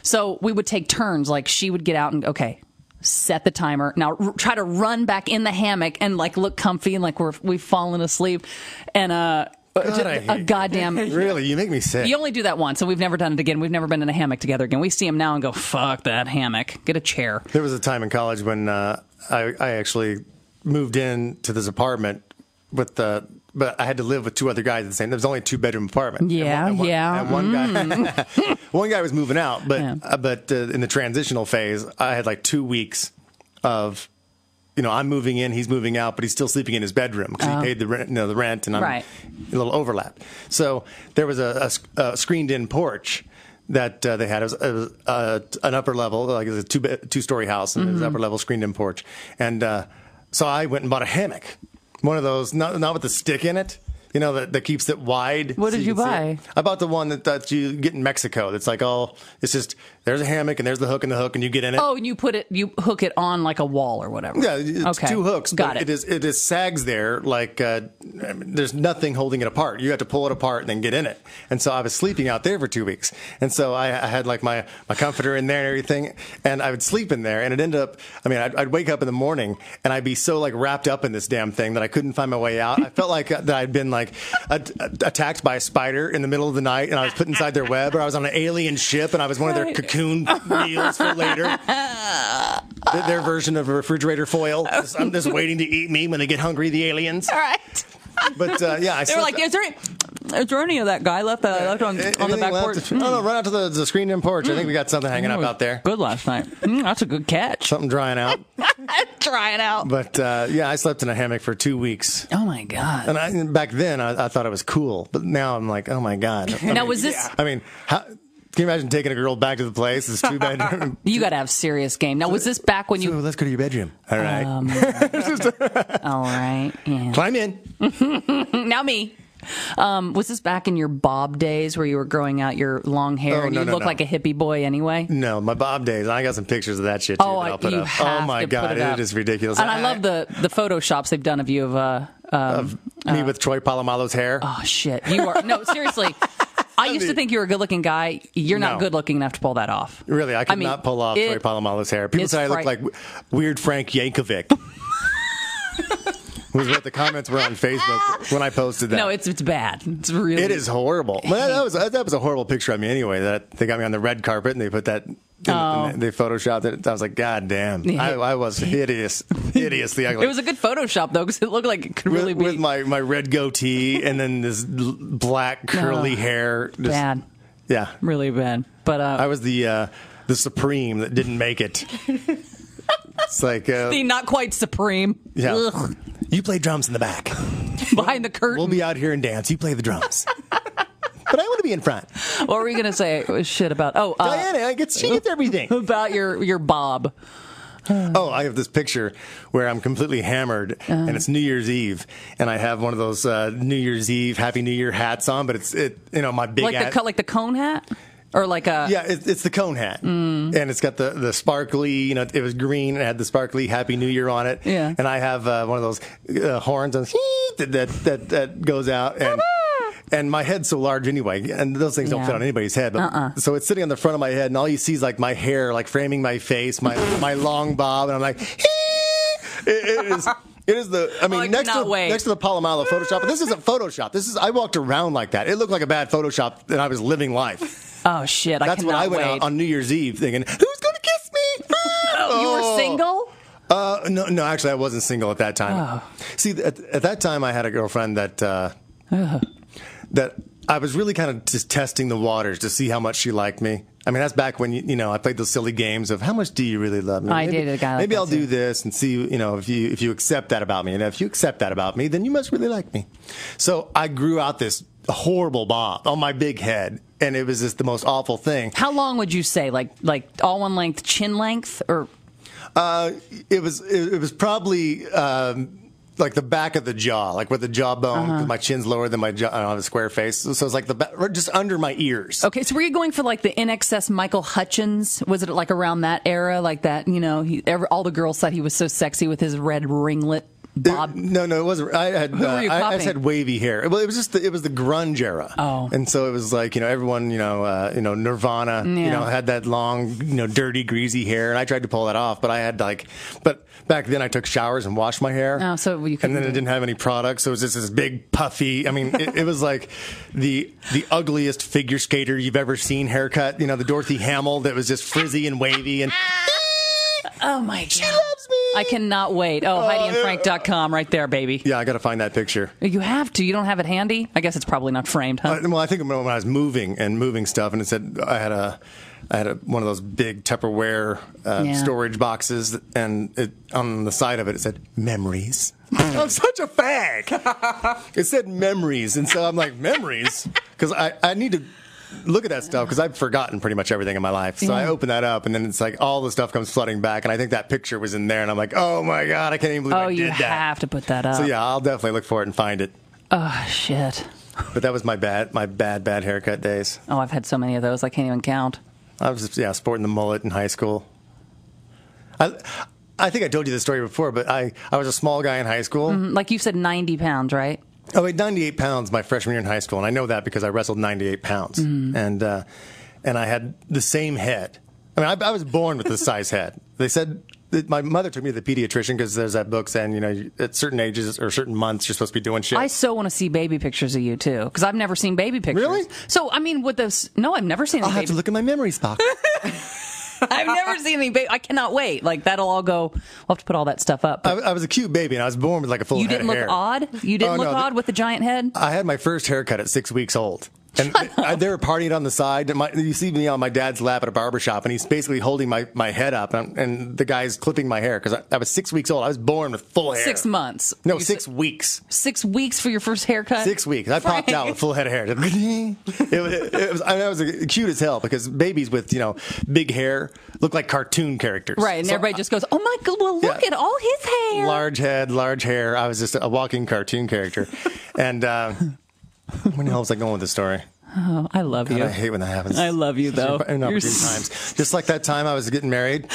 [SPEAKER 3] So we would take turns, like she would get out and okay. Set the timer. Now r- try to run back in the hammock and like look comfy and like we're we've fallen asleep. And uh,
[SPEAKER 4] God, I hate
[SPEAKER 3] a
[SPEAKER 4] you.
[SPEAKER 3] goddamn.
[SPEAKER 4] Really, you make me sick.
[SPEAKER 3] You only do that once, and we've never done it again. We've never been in a hammock together again. We see him now and go, "Fuck that hammock! Get a chair."
[SPEAKER 4] There was a time in college when uh, I, I actually moved in to this apartment with the, but I had to live with two other guys at the same. There was only a two bedroom apartment. And
[SPEAKER 3] Yeah,
[SPEAKER 4] one- and one-
[SPEAKER 3] yeah. Mm.
[SPEAKER 4] And one guy, one guy was moving out, but uh, but uh, in the transitional phase, I had like two weeks of you know, I'm moving in, he's moving out, but he's still sleeping in his bedroom because he paid the rent, you know, the rent, and I'm
[SPEAKER 3] Oh. Right.
[SPEAKER 4] a little overlap. So there was a, a s- a screened-in porch that uh, they had. It was, it was uh, an upper level, like it was a two be- two-story house, and it was
[SPEAKER 3] Mm-hmm.
[SPEAKER 4] upper level screened-in porch. And uh, so I went and bought a hammock, one of those, not not with the stick in it. You know that, that keeps it wide.
[SPEAKER 3] What did you
[SPEAKER 4] can see
[SPEAKER 3] buy?
[SPEAKER 4] it. I bought the one that, that you get in Mexico. That's like, oh, it's just there's a hammock and there's the hook and the hook and you get in it.
[SPEAKER 3] Oh, and you put it, you hook it on like a wall or whatever.
[SPEAKER 4] Yeah, it's
[SPEAKER 3] okay.
[SPEAKER 4] two hooks. but
[SPEAKER 3] Got it.
[SPEAKER 4] It is it is sags there. Like uh, I mean, there's nothing holding it apart. You have to pull it apart and then get in it. And so I was sleeping out there for two weeks. And so I, I had like my my comforter in there and everything. And I would sleep in there. And it ended up. I mean, I'd, I'd wake up in the morning and I'd be so like wrapped up in this damn thing that I couldn't find my way out. I felt like uh, that I'd been like a, a- attacked by a spider in the middle of the night, and I was put inside their web, or I was on an alien ship, and I was one of their cocoon meals for later th- their version of a refrigerator foil.
[SPEAKER 3] Oh.
[SPEAKER 4] Just- I'm just waiting to eat me when they get hungry, the aliens.
[SPEAKER 3] All right.
[SPEAKER 4] But uh, yeah, I
[SPEAKER 3] They were like, is there, any, is there any of that guy left that I left on, on the back porch? Mm.
[SPEAKER 4] Oh no, run out to the, the screen in porch. I think we got something hanging up out there.
[SPEAKER 3] Good last night. Mm, that's a good catch.
[SPEAKER 4] Something drying out.
[SPEAKER 3] Try it out.
[SPEAKER 4] But uh, yeah, I slept in a hammock for two weeks.
[SPEAKER 3] Oh my god.
[SPEAKER 4] And I, and back then, I, I thought it was cool, but now I'm like, oh my god. I
[SPEAKER 3] Now
[SPEAKER 4] mean,
[SPEAKER 3] was this-
[SPEAKER 4] I mean, how, can you imagine taking a girl back to the place? It's two bedroom.
[SPEAKER 3] You got to have serious game. Now was this back when
[SPEAKER 4] Ooh,
[SPEAKER 3] you?
[SPEAKER 4] let's go to your bedroom. All right,
[SPEAKER 3] Oh, All right. Yeah.
[SPEAKER 4] climb in. Mm,
[SPEAKER 3] Now me. Um, was this back in your bob days where you were growing out your long hair
[SPEAKER 4] Oh,
[SPEAKER 3] and
[SPEAKER 4] no,
[SPEAKER 3] you
[SPEAKER 4] no,
[SPEAKER 3] looked
[SPEAKER 4] no.
[SPEAKER 3] like a hippie boy anyway?
[SPEAKER 4] No, my Bob days. I got some pictures of that shit too.
[SPEAKER 3] Oh,
[SPEAKER 4] that I'll put
[SPEAKER 3] you
[SPEAKER 4] up.
[SPEAKER 3] have
[SPEAKER 4] oh my
[SPEAKER 3] to put
[SPEAKER 4] god,
[SPEAKER 3] it up.
[SPEAKER 4] is ridiculous.
[SPEAKER 3] And I love the the photoshops they've done of you of uh, um,
[SPEAKER 4] me with Troy Polamalu's hair.
[SPEAKER 3] oh shit you are no seriously. I used to think you were a good looking guy. You're not
[SPEAKER 4] No.
[SPEAKER 3] good looking enough to pull that off.
[SPEAKER 4] really, I could
[SPEAKER 3] mean,
[SPEAKER 4] not pull off Troy
[SPEAKER 3] it-
[SPEAKER 4] Polamalu's hair. People
[SPEAKER 3] is
[SPEAKER 4] said I looked
[SPEAKER 3] fright-
[SPEAKER 4] like w- weird Frank Yankovic. was what the comments were on Facebook when I posted that.
[SPEAKER 3] No, it's it's bad. It's really
[SPEAKER 4] it is horrible. Well, that was that was a horrible picture of me anyway. That they got me on the red carpet and they put that. in-
[SPEAKER 3] Oh.
[SPEAKER 4] in- they photoshopped it. I was like, God damn! I, I was hideous, hideously ugly.
[SPEAKER 3] It was a good Photoshop though, because it looked like it could
[SPEAKER 4] with,
[SPEAKER 3] really be
[SPEAKER 4] with my, my red goatee and then this l- black curly
[SPEAKER 3] Ugh.
[SPEAKER 4] hair. Just-
[SPEAKER 3] bad,
[SPEAKER 4] Yeah.
[SPEAKER 3] really bad. But uh,
[SPEAKER 4] I was the uh, the supreme that didn't make it. it's like uh,
[SPEAKER 3] the not quite supreme.
[SPEAKER 4] yeah.
[SPEAKER 3] Ugh,
[SPEAKER 4] You play drums in the back.
[SPEAKER 3] behind the curtain.
[SPEAKER 4] We'll be out here and dance. You play the drums. but I want to be in front.
[SPEAKER 3] what were you gonna say? Shit about oh uh,
[SPEAKER 4] Diana gets she gets everything.
[SPEAKER 3] about your your bob.
[SPEAKER 4] Oh, I have this picture where I'm completely hammered,
[SPEAKER 3] Uh-huh.
[SPEAKER 4] and it's New Year's Eve, and I have one of those uh, New Year's Eve Happy New Year hats on, but it's it you know my big
[SPEAKER 3] like the
[SPEAKER 4] hat-
[SPEAKER 3] co- like the cone hat or like a
[SPEAKER 4] Yeah, it, it's the cone hat,
[SPEAKER 3] Mm.
[SPEAKER 4] and it's got the the sparkly. You know, it was green and it had the sparkly Happy New Year on it.
[SPEAKER 3] Yeah.
[SPEAKER 4] and I have uh, one of those uh, horns on that that that, that goes out and. And my head's so large anyway, and those things
[SPEAKER 3] Yeah. Uh-uh.
[SPEAKER 4] don't fit on anybody's head. But, So it's sitting on the front of my head, and all you see is like my hair, like framing my face, my my long bob, and I'm like, it, it is, it is the. I mean,
[SPEAKER 3] Oh, I
[SPEAKER 4] next to
[SPEAKER 3] cannot wait.
[SPEAKER 4] next to the Palomalo Photoshop, but this isn't Photoshop. This is I walked around like that. It looked like a bad Photoshop, and I was living life.
[SPEAKER 3] oh shit I
[SPEAKER 4] That's
[SPEAKER 3] cannot
[SPEAKER 4] when I went
[SPEAKER 3] wait.
[SPEAKER 4] out on New Year's Eve thinking, who's going to kiss me?
[SPEAKER 3] Oh, you were single.
[SPEAKER 4] Uh, no, no, actually, I wasn't single at that time.
[SPEAKER 3] Oh.
[SPEAKER 4] See, at, at that time, I had a girlfriend that uh, that I was really kind of just testing the waters to see how much she liked me. I mean, that's back when you, you know I played those silly games of how much do you really love me?
[SPEAKER 3] I dated a guy like
[SPEAKER 4] maybe
[SPEAKER 3] that,
[SPEAKER 4] I'll do this and see you know if you if you accept that about me. And if you accept that about me, then you must really like me. So I grew out this horrible bob on my big head, and it was just the most awful thing.
[SPEAKER 3] How long would you say like like all one length chin length or
[SPEAKER 4] Uh, it was it, it was probably um, like the back of the jaw, like with the jawbone. 'cause My chin's lower than my jaw. I don't have a square face, so, it's like the back, right just under my ears.
[SPEAKER 3] okay so were you going for like the NXS Michael Hutchins was it like around that era like that you know he every, all the girls thought he was so sexy with his red ringlet bob
[SPEAKER 4] No, no, it wasn't. I had uh,
[SPEAKER 3] were you
[SPEAKER 4] I, I
[SPEAKER 3] popping?
[SPEAKER 4] just had wavy hair. Well, it was just the, it was the grunge era.
[SPEAKER 3] Oh.
[SPEAKER 4] and so it was like you know everyone you know uh, you know Nirvana
[SPEAKER 3] Yeah.
[SPEAKER 4] you know had that long you know dirty greasy hair, and I tried to pull that off, but I had like but back then I took showers and washed my hair.
[SPEAKER 3] Oh, so you
[SPEAKER 4] and
[SPEAKER 3] couldn't
[SPEAKER 4] then
[SPEAKER 3] do
[SPEAKER 4] it
[SPEAKER 3] it.
[SPEAKER 4] didn't have any product, so it was just this big puffy. I mean, it, it was like the the ugliest figure skater you've ever seen haircut. You know, the Dorothy Hamill that was just frizzy and wavy and.
[SPEAKER 3] Oh my god. She loves me. I cannot wait. Oh, HeidiandFrank.com right there, baby.
[SPEAKER 4] Yeah, I got to find that picture.
[SPEAKER 3] You have to. You don't have it handy. I guess it's probably not framed, huh?
[SPEAKER 4] Uh, well, I think when I was moving and moving stuff, and it said I had a, I had a, one of those big Tupperware uh,
[SPEAKER 3] Yeah.
[SPEAKER 4] storage boxes, and it, on the side of it it said memories. I'm such a fag. it said memories, and so I'm like memories because I, I need to look at that stuff because I've forgotten pretty much everything in my life. So I open that up, and then it's like all the stuff comes flooding back, and I think that picture was in there, and I'm like, oh my god, I can't even believe
[SPEAKER 3] oh,
[SPEAKER 4] I did
[SPEAKER 3] you
[SPEAKER 4] that.
[SPEAKER 3] have to put that up.
[SPEAKER 4] So yeah, I'll definitely look for it and find it.
[SPEAKER 3] Oh shit.
[SPEAKER 4] But that was my bad, my bad, bad haircut days.
[SPEAKER 3] Oh, I've had so many of those. I can't even count.
[SPEAKER 4] I was just, yeah sporting the mullet in high school. I, I think I told you this story before, but I, I was a small guy in high school.
[SPEAKER 3] Like you said, 90 pounds, right?
[SPEAKER 4] I weighed 98 pounds my freshman year in high school, and I know that because I wrestled 98 pounds,
[SPEAKER 3] Mm-hmm.
[SPEAKER 4] and uh, and I had the same head. I mean, I, I was born with this size head. They said that my mother took me to the pediatrician because there's that book saying you know at certain ages or certain months you're supposed to be doing shit.
[SPEAKER 3] I so want to see baby pictures of you too, because I've never seen baby pictures.
[SPEAKER 4] Really?
[SPEAKER 3] So I mean, with those, no, I've never seen.
[SPEAKER 4] I'll
[SPEAKER 3] Any
[SPEAKER 4] have
[SPEAKER 3] baby.
[SPEAKER 4] to look in my memories box.
[SPEAKER 3] I've never seen any baby. I cannot wait. Like that'll all go. We'll have to put all that stuff up.
[SPEAKER 4] I, I was a cute baby, and I was born with like a full
[SPEAKER 3] you
[SPEAKER 4] head
[SPEAKER 3] didn't
[SPEAKER 4] of
[SPEAKER 3] look
[SPEAKER 4] hair.
[SPEAKER 3] odd. You didn't
[SPEAKER 4] Oh,
[SPEAKER 3] look
[SPEAKER 4] no, th-
[SPEAKER 3] odd with the giant head.
[SPEAKER 4] I had my first haircut at six weeks old. And I, they were partying on the side. And My, you see me on my dad's lap at a barber shop, and he's basically holding my, my head up, and, I'm- and the guy's clipping my hair because I, I was six weeks old. I was born with full hair.
[SPEAKER 3] Six months.
[SPEAKER 4] No,
[SPEAKER 3] You
[SPEAKER 4] six
[SPEAKER 3] said- Uh,
[SPEAKER 4] weeks.
[SPEAKER 3] Six weeks for your first haircut.
[SPEAKER 4] Six weeks. I popped out with full head of hair. it, was- it was, I mean, I was cute as hell because babies with you know big hair look like cartoon characters.
[SPEAKER 3] Right, and
[SPEAKER 4] So
[SPEAKER 3] everybody just goes, "Oh my god! Well, look
[SPEAKER 4] Yeah.
[SPEAKER 3] at all his hair."
[SPEAKER 4] large head, large hair. I was just a walking cartoon character. and uh, when the hell was I going with this story?
[SPEAKER 3] Oh, I love
[SPEAKER 4] God,
[SPEAKER 3] you.
[SPEAKER 4] I hate when that happens.
[SPEAKER 3] I love you, though.
[SPEAKER 4] You're,
[SPEAKER 3] You're s-
[SPEAKER 4] times. Just like that time I was getting married.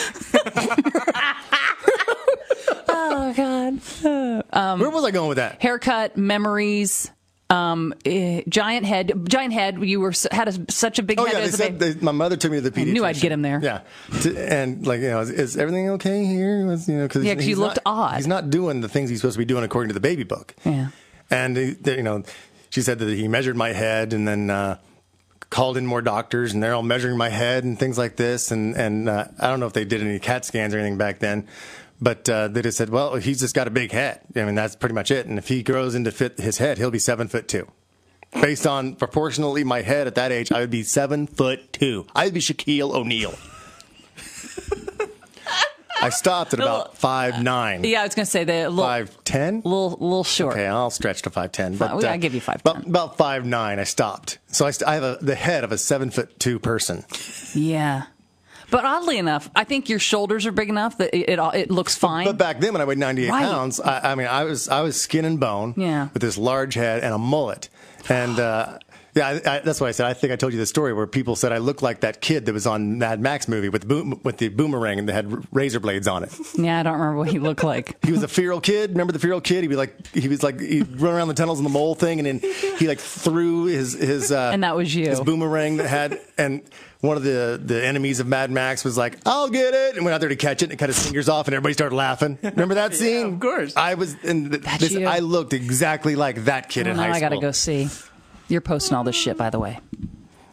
[SPEAKER 3] oh god. Um,
[SPEAKER 4] Where was I going with that?
[SPEAKER 3] haircut memories um eh, giant head giant head you were s- had a, such a big
[SPEAKER 4] Oh
[SPEAKER 3] head
[SPEAKER 4] yeah, they
[SPEAKER 3] as a
[SPEAKER 4] said
[SPEAKER 3] baby.
[SPEAKER 4] they, my mother took me to the pediatrician.
[SPEAKER 3] knew I'd get him there.
[SPEAKER 4] Yeah, To- and like you know, is, is everything okay here? Was, you know, cause
[SPEAKER 3] Yeah, 'cause you
[SPEAKER 4] he's
[SPEAKER 3] looked
[SPEAKER 4] not-
[SPEAKER 3] odd.
[SPEAKER 4] He's not doing the things he's supposed to be doing according to the baby book.
[SPEAKER 3] Yeah.
[SPEAKER 4] and he- they- you know, she said that he measured my head and then. Uh, Called in more doctors, and they're all measuring my head and things like this. And and uh, I don't know if they did any CAT scans or anything back then, but uh, they just said, "Well, he's just got a big head. I mean, that's pretty much it. And if he grows into fit his head, he'll be seven foot two based on proportionally my head at that age, I would be seven foot two. I would be Shaquille O'Neal. I stopped at about five nine,
[SPEAKER 3] yeah i was gonna say the little
[SPEAKER 4] five ten.
[SPEAKER 3] little little short
[SPEAKER 4] Okay, I'll stretch to five ten. But
[SPEAKER 3] Fine, I'll give you 5'10".
[SPEAKER 4] About, about five nine, I stopped. So I, st- I have a, the head of a seven foot two person.
[SPEAKER 3] yeah but oddly enough i think your shoulders are big enough that it it, all- it looks fine
[SPEAKER 4] But back then, when I weighed ninety eight
[SPEAKER 3] Right.
[SPEAKER 4] pounds, I, I mean, I was I was skin and bone.
[SPEAKER 3] Yeah.
[SPEAKER 4] With this large head and a mullet, and uh, yeah, I, I, that's why I said I think I told you the story where people said I looked like that kid that was on Mad Max movie with the boom, with the boomerang and that had razor blades on it.
[SPEAKER 3] yeah i don't remember what you look like
[SPEAKER 4] He was a feral kid. Remember the feral kid? He'd be like he was like he'd run around the tunnels in the mole thing, and then he like threw his his uh,
[SPEAKER 3] And that was you.
[SPEAKER 4] his boomerang that had and. One of the, the enemies of Mad Max was like, "I'll get it," and went out there to catch it and cut his fingers off, and everybody started laughing. Remember that scene?
[SPEAKER 5] of course.
[SPEAKER 4] I was, and th-
[SPEAKER 3] That's
[SPEAKER 4] this,
[SPEAKER 3] you.
[SPEAKER 4] I looked exactly like that kid
[SPEAKER 3] well,
[SPEAKER 4] in
[SPEAKER 3] now
[SPEAKER 4] high
[SPEAKER 3] i
[SPEAKER 4] school.
[SPEAKER 3] gotta go see you're posting all this shit by the way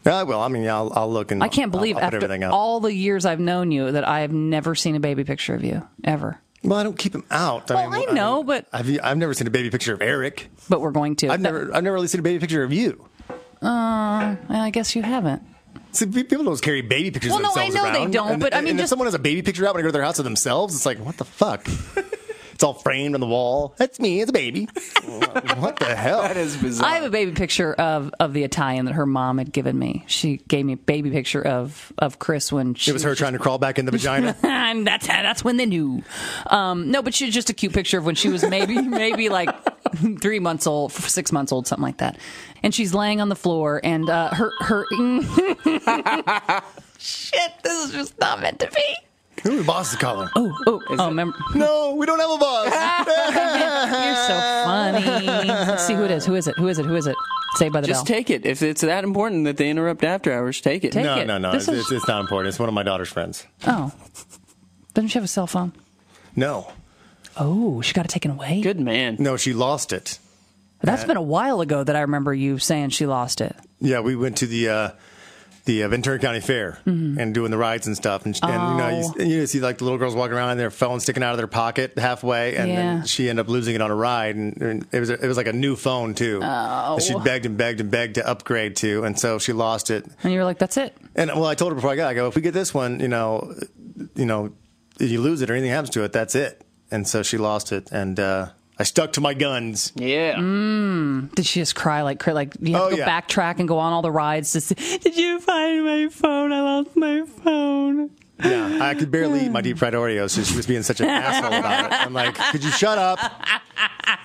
[SPEAKER 4] Yeah, Uh, well, I mean, yeah, I'll, I'll look and
[SPEAKER 3] i can't
[SPEAKER 4] I'll-
[SPEAKER 3] believe
[SPEAKER 4] I'll put everything
[SPEAKER 3] after
[SPEAKER 4] up.
[SPEAKER 3] all the years i've known you that i have never seen a baby picture of you ever
[SPEAKER 4] well, I don't keep him out.
[SPEAKER 3] Well, I know, but-
[SPEAKER 4] I've, I've never seen a baby picture of Eric.
[SPEAKER 3] but we're going to
[SPEAKER 4] I've never I've never really seen a baby picture of you.
[SPEAKER 3] Well, i guess you haven't
[SPEAKER 4] See, pe- people don't carry baby pictures
[SPEAKER 3] Well,
[SPEAKER 4] of
[SPEAKER 3] no, I
[SPEAKER 4] themselves
[SPEAKER 3] know they
[SPEAKER 4] around.
[SPEAKER 3] don't,
[SPEAKER 4] And-
[SPEAKER 3] but I
[SPEAKER 4] and
[SPEAKER 3] mean,
[SPEAKER 4] if
[SPEAKER 3] just-
[SPEAKER 4] someone has a baby picture out when I go to their house of themselves, it's like, what the fuck? it's all framed on the wall. That's me. It's a baby. what the hell?
[SPEAKER 5] That is bizarre.
[SPEAKER 3] I have a baby picture of of the Italian that her mom had given me. She gave me a baby picture of of Chris when she
[SPEAKER 4] it was her trying to crawl back in the vagina.
[SPEAKER 3] and that's that's when they knew. Um, no, but she was just a cute picture of when she was maybe maybe like three months old, six months old, something like that. And she's laying on the floor, and uh, her her shit. This is just not meant to be.
[SPEAKER 4] Who the boss is calling?
[SPEAKER 3] Oh, oh, oh! Remember,
[SPEAKER 4] No, we don't have a boss.
[SPEAKER 3] you're so funny. Let's see who it is. Who is it? Who is it? Who is it? Saved by the
[SPEAKER 5] Just
[SPEAKER 3] bell.
[SPEAKER 5] take it. If it's that important that they interrupt after hours, take it.
[SPEAKER 3] Take
[SPEAKER 4] no,
[SPEAKER 3] it.
[SPEAKER 4] no, no.
[SPEAKER 3] This
[SPEAKER 4] It's,
[SPEAKER 3] is-
[SPEAKER 4] it's, it's not important. It's one of my daughter's friends.
[SPEAKER 3] oh, doesn't she have a cell phone?
[SPEAKER 4] No,
[SPEAKER 3] Oh, she got it taken away.
[SPEAKER 5] Good man.
[SPEAKER 4] no, she lost it.
[SPEAKER 3] That's been a while ago that I remember you saying she lost it.
[SPEAKER 4] Yeah, we went to the uh, the uh, Ventura County Fair and doing the rides and stuff. And, sh- and you know, you, s-
[SPEAKER 3] Mm-hmm. Oh.
[SPEAKER 4] and you see like the little girls walking around and their phone sticking out of their pocket halfway, and
[SPEAKER 3] Yeah.
[SPEAKER 4] then she ended up losing it on a ride, and, and it was it was like a new phone too. Oh. That she begged and begged and begged to upgrade to, and so she lost it.
[SPEAKER 3] And you were like, that's it.
[SPEAKER 4] And well, I told her before I got, I go, if we get this one, you know, you know, if you lose it or anything happens to it, that's it. And so she lost it, and uh, I stuck to my guns.
[SPEAKER 5] Yeah.
[SPEAKER 3] Did she just cry like cra- like you have
[SPEAKER 4] Oh,
[SPEAKER 3] to go
[SPEAKER 4] yeah.
[SPEAKER 3] backtrack and go on all the rides to see? Did you find my phone? I lost my phone.
[SPEAKER 4] Yeah, I could barely eat my deep fried Oreos. So she was being such an asshole about it. I'm like, could you shut up?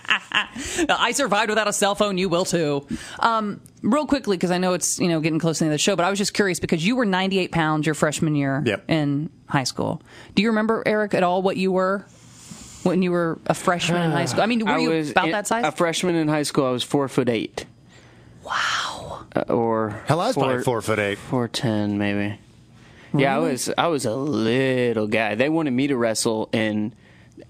[SPEAKER 3] I survived without a cell phone. You will too. Um, real quickly, because I know it's you know getting close to the end of the show, but I was just curious because you were 98 pounds your freshman year
[SPEAKER 4] Yep.
[SPEAKER 3] in high school. Do you remember Eric at all what you were when you were a freshman in high school? I mean, were
[SPEAKER 5] Uh, I
[SPEAKER 3] you
[SPEAKER 5] was
[SPEAKER 3] about
[SPEAKER 5] in-
[SPEAKER 3] that size?
[SPEAKER 5] A freshman in high school, I was four foot eight. Wow. or
[SPEAKER 4] Hell, I was probably
[SPEAKER 5] four
[SPEAKER 4] four foot eight.
[SPEAKER 5] four ten maybe. Yeah, I was I was a little guy. They wanted me to wrestle in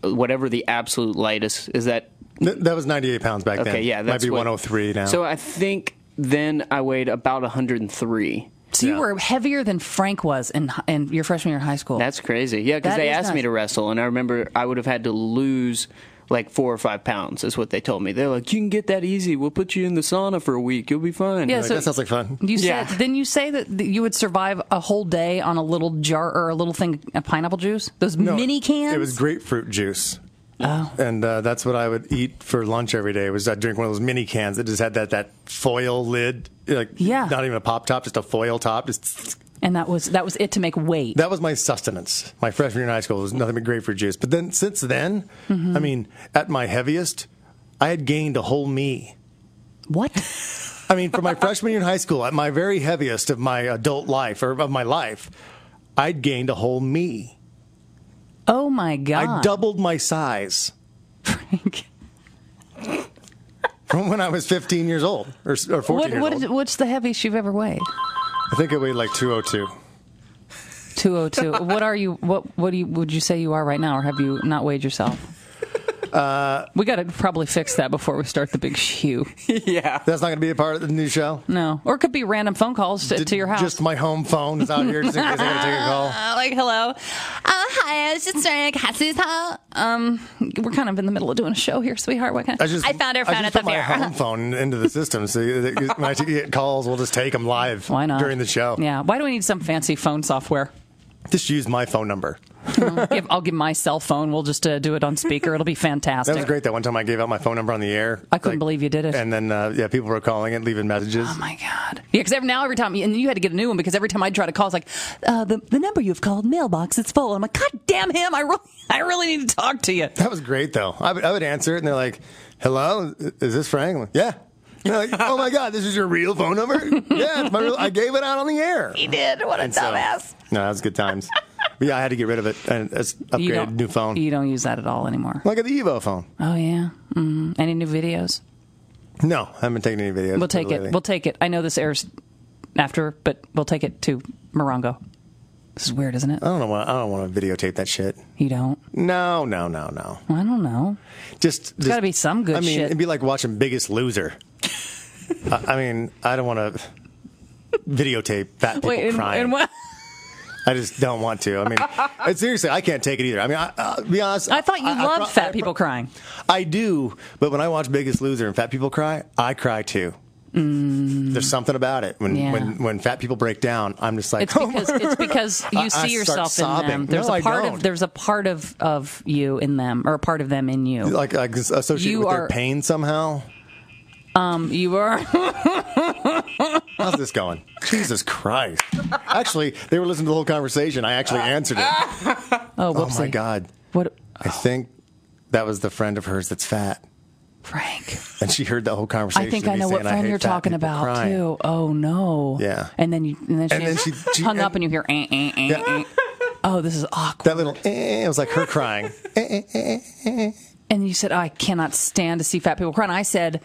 [SPEAKER 5] whatever the absolute lightest is that
[SPEAKER 4] Th- That was 98 pounds back then.
[SPEAKER 5] okay, yeah,
[SPEAKER 4] might
[SPEAKER 5] that's
[SPEAKER 4] be
[SPEAKER 5] what-
[SPEAKER 4] 103 now.
[SPEAKER 5] So I think then I weighed about 103.
[SPEAKER 3] so you
[SPEAKER 4] yeah.
[SPEAKER 3] were heavier than Frank was in hi- in your freshman year in high school.
[SPEAKER 5] That's crazy. Yeah, because
[SPEAKER 3] That
[SPEAKER 5] they
[SPEAKER 3] is
[SPEAKER 5] asked me
[SPEAKER 3] nuts.
[SPEAKER 5] to wrestle, and I remember I would have had to lose like four or five pounds. Is what they told me. They're like, you can get that easy. We'll put you in the sauna for a week. You'll be fine.
[SPEAKER 3] Yeah,
[SPEAKER 4] Like,
[SPEAKER 3] so-
[SPEAKER 4] that sounds like fun.
[SPEAKER 3] You said
[SPEAKER 5] Yeah.
[SPEAKER 3] then you say that that you would survive a whole day on a little jar or a little thing of pineapple juice. Those
[SPEAKER 4] No,
[SPEAKER 3] mini cans.
[SPEAKER 4] It was grapefruit juice. And uh, that's what I would eat for lunch every day. Was I drink one of those mini cans that just had that that foil lid, like
[SPEAKER 3] Yeah.
[SPEAKER 4] not even a pop top, just a foil top. Just
[SPEAKER 3] and that was that was it to make weight.
[SPEAKER 4] that was my sustenance. My freshman year in high school was nothing but grapefruit juice. But then since then, I mean, at my heaviest, I had gained a whole me.
[SPEAKER 3] what?
[SPEAKER 4] I mean, for my freshman year in high school, at my very heaviest of my adult life or of my life, I'd gained a whole me.
[SPEAKER 3] Oh my god!
[SPEAKER 4] I doubled my size
[SPEAKER 3] Frank.
[SPEAKER 4] from when I was 15 years old or, or 14
[SPEAKER 3] What,
[SPEAKER 4] years
[SPEAKER 3] what
[SPEAKER 4] old.
[SPEAKER 3] is, what's the heaviest you've ever weighed?
[SPEAKER 4] I think I weighed like 202.
[SPEAKER 3] Two oh two. What are you? What what do you, would you say you are right now, or have you not weighed yourself? Uh, we got to probably fix that before we start the big shoe.
[SPEAKER 5] yeah.
[SPEAKER 4] That's not going to be a part of the new show.
[SPEAKER 3] No, or it could be random phone calls to,
[SPEAKER 4] Did-
[SPEAKER 3] to your house.
[SPEAKER 4] Just my home phone is out here just in case I got to take a call.
[SPEAKER 3] Uh, like hello, uh, hi. I was just trying to catch this. huh? Um, we're kind of in the middle of doing a show here, sweetheart. What kind?
[SPEAKER 4] I just
[SPEAKER 3] found her
[SPEAKER 4] I
[SPEAKER 3] phone
[SPEAKER 4] just
[SPEAKER 3] at the
[SPEAKER 4] put my
[SPEAKER 3] fair.
[SPEAKER 4] home phone into the system so uh, that you- when I get calls, we'll just take them live
[SPEAKER 3] Why not
[SPEAKER 4] during the show.
[SPEAKER 3] Yeah. Why do we need some fancy phone software?
[SPEAKER 4] Just use my phone number.
[SPEAKER 3] Give- I'll give my cell phone. We'll just uh, do it on speaker. It'll be fantastic.
[SPEAKER 4] That was great. That one time I gave out my phone number on the air.
[SPEAKER 3] I couldn't believe you did it.
[SPEAKER 4] And then uh, yeah, people were calling it, leaving messages.
[SPEAKER 3] Oh my god! Yeah, because every, now every time, and you had to get a new one because every time I try to call, it's like uh, the the number you've called mailbox is full. I'm like, God damn him! I really, I really need to talk to you.
[SPEAKER 4] that was great though. I would, I would answer it, and they're like, "Hello, is this Frank?" I'm like, yeah. And they're like, "Oh my god, this is your real phone number?" yeah, it's my real. I gave it out on the air.
[SPEAKER 3] He did. What a
[SPEAKER 4] So-
[SPEAKER 3] dumbass!
[SPEAKER 4] No, that was good times. but yeah, I had to get rid of it and it's
[SPEAKER 3] You
[SPEAKER 4] upgraded
[SPEAKER 3] don't-
[SPEAKER 4] new phone.
[SPEAKER 3] You don't use that at all anymore.
[SPEAKER 4] Look at the Evo phone.
[SPEAKER 3] Oh yeah. hmm Any new videos?
[SPEAKER 4] No, I haven't taken any videos.
[SPEAKER 3] We'll take
[SPEAKER 4] lately.
[SPEAKER 3] it. We'll take it. I know this airs after, but we'll take it to Morongo. This is weird, isn't it?
[SPEAKER 4] I don't want. I don't want to videotape that shit.
[SPEAKER 3] You don't?
[SPEAKER 4] No, no, no, no.
[SPEAKER 3] I don't know.
[SPEAKER 4] Just there's
[SPEAKER 3] gotta be some good
[SPEAKER 4] I mean,
[SPEAKER 3] shit.
[SPEAKER 4] it'd be like watching Biggest Loser. I, I mean, I don't want to videotape fat people
[SPEAKER 3] Wait, and,
[SPEAKER 4] crying.
[SPEAKER 3] and what?
[SPEAKER 4] I just don't want to. I mean, and seriously, I can't take it either. I mean, I, uh, be honest.
[SPEAKER 3] I thought you loved
[SPEAKER 4] pro-
[SPEAKER 3] fat
[SPEAKER 4] I pro-
[SPEAKER 3] people crying.
[SPEAKER 4] I do, but when I watch Biggest Loser and fat people cry, I cry too. There's something about it when,
[SPEAKER 3] Mm. Yeah.
[SPEAKER 4] when when fat people break down. I'm just like,
[SPEAKER 3] It's
[SPEAKER 4] oh
[SPEAKER 3] because
[SPEAKER 4] my-
[SPEAKER 3] it's because
[SPEAKER 4] I- I
[SPEAKER 3] you see
[SPEAKER 4] start
[SPEAKER 3] yourself in
[SPEAKER 4] sobbing.
[SPEAKER 3] them. There's
[SPEAKER 4] No, I
[SPEAKER 3] a part
[SPEAKER 4] don't.
[SPEAKER 3] of there's a part of of you in them, or a part of them in you.
[SPEAKER 4] like I just associate
[SPEAKER 3] You
[SPEAKER 4] with
[SPEAKER 3] are-
[SPEAKER 4] their pain somehow.
[SPEAKER 3] Um, you are.
[SPEAKER 4] How's this going? Jesus Christ! Actually, they were listening to the whole conversation. I actually answered it.
[SPEAKER 3] Oh,
[SPEAKER 4] Oh
[SPEAKER 3] whoopsie.
[SPEAKER 4] my God!
[SPEAKER 3] What,
[SPEAKER 4] I think that was the friend of hers that's fat,
[SPEAKER 3] Frank?
[SPEAKER 4] and she heard the whole conversation.
[SPEAKER 3] I think
[SPEAKER 4] of
[SPEAKER 3] I
[SPEAKER 4] me
[SPEAKER 3] know what
[SPEAKER 4] saying,
[SPEAKER 3] friend
[SPEAKER 4] hate
[SPEAKER 3] you're
[SPEAKER 4] fat
[SPEAKER 3] talking
[SPEAKER 4] people
[SPEAKER 3] about
[SPEAKER 4] crying.
[SPEAKER 3] too. Oh no.
[SPEAKER 4] Yeah.
[SPEAKER 3] And then you and then she,
[SPEAKER 4] And then she- she-
[SPEAKER 3] hung
[SPEAKER 4] and-
[SPEAKER 3] up and you hear. Eh, eh, eh,
[SPEAKER 4] Yeah.
[SPEAKER 3] eh. Oh, this is awkward.
[SPEAKER 4] That little, eh, it was like her crying. Eh, eh, eh, eh, eh.
[SPEAKER 3] And you said, oh, I cannot stand to see fat people cry. And I said,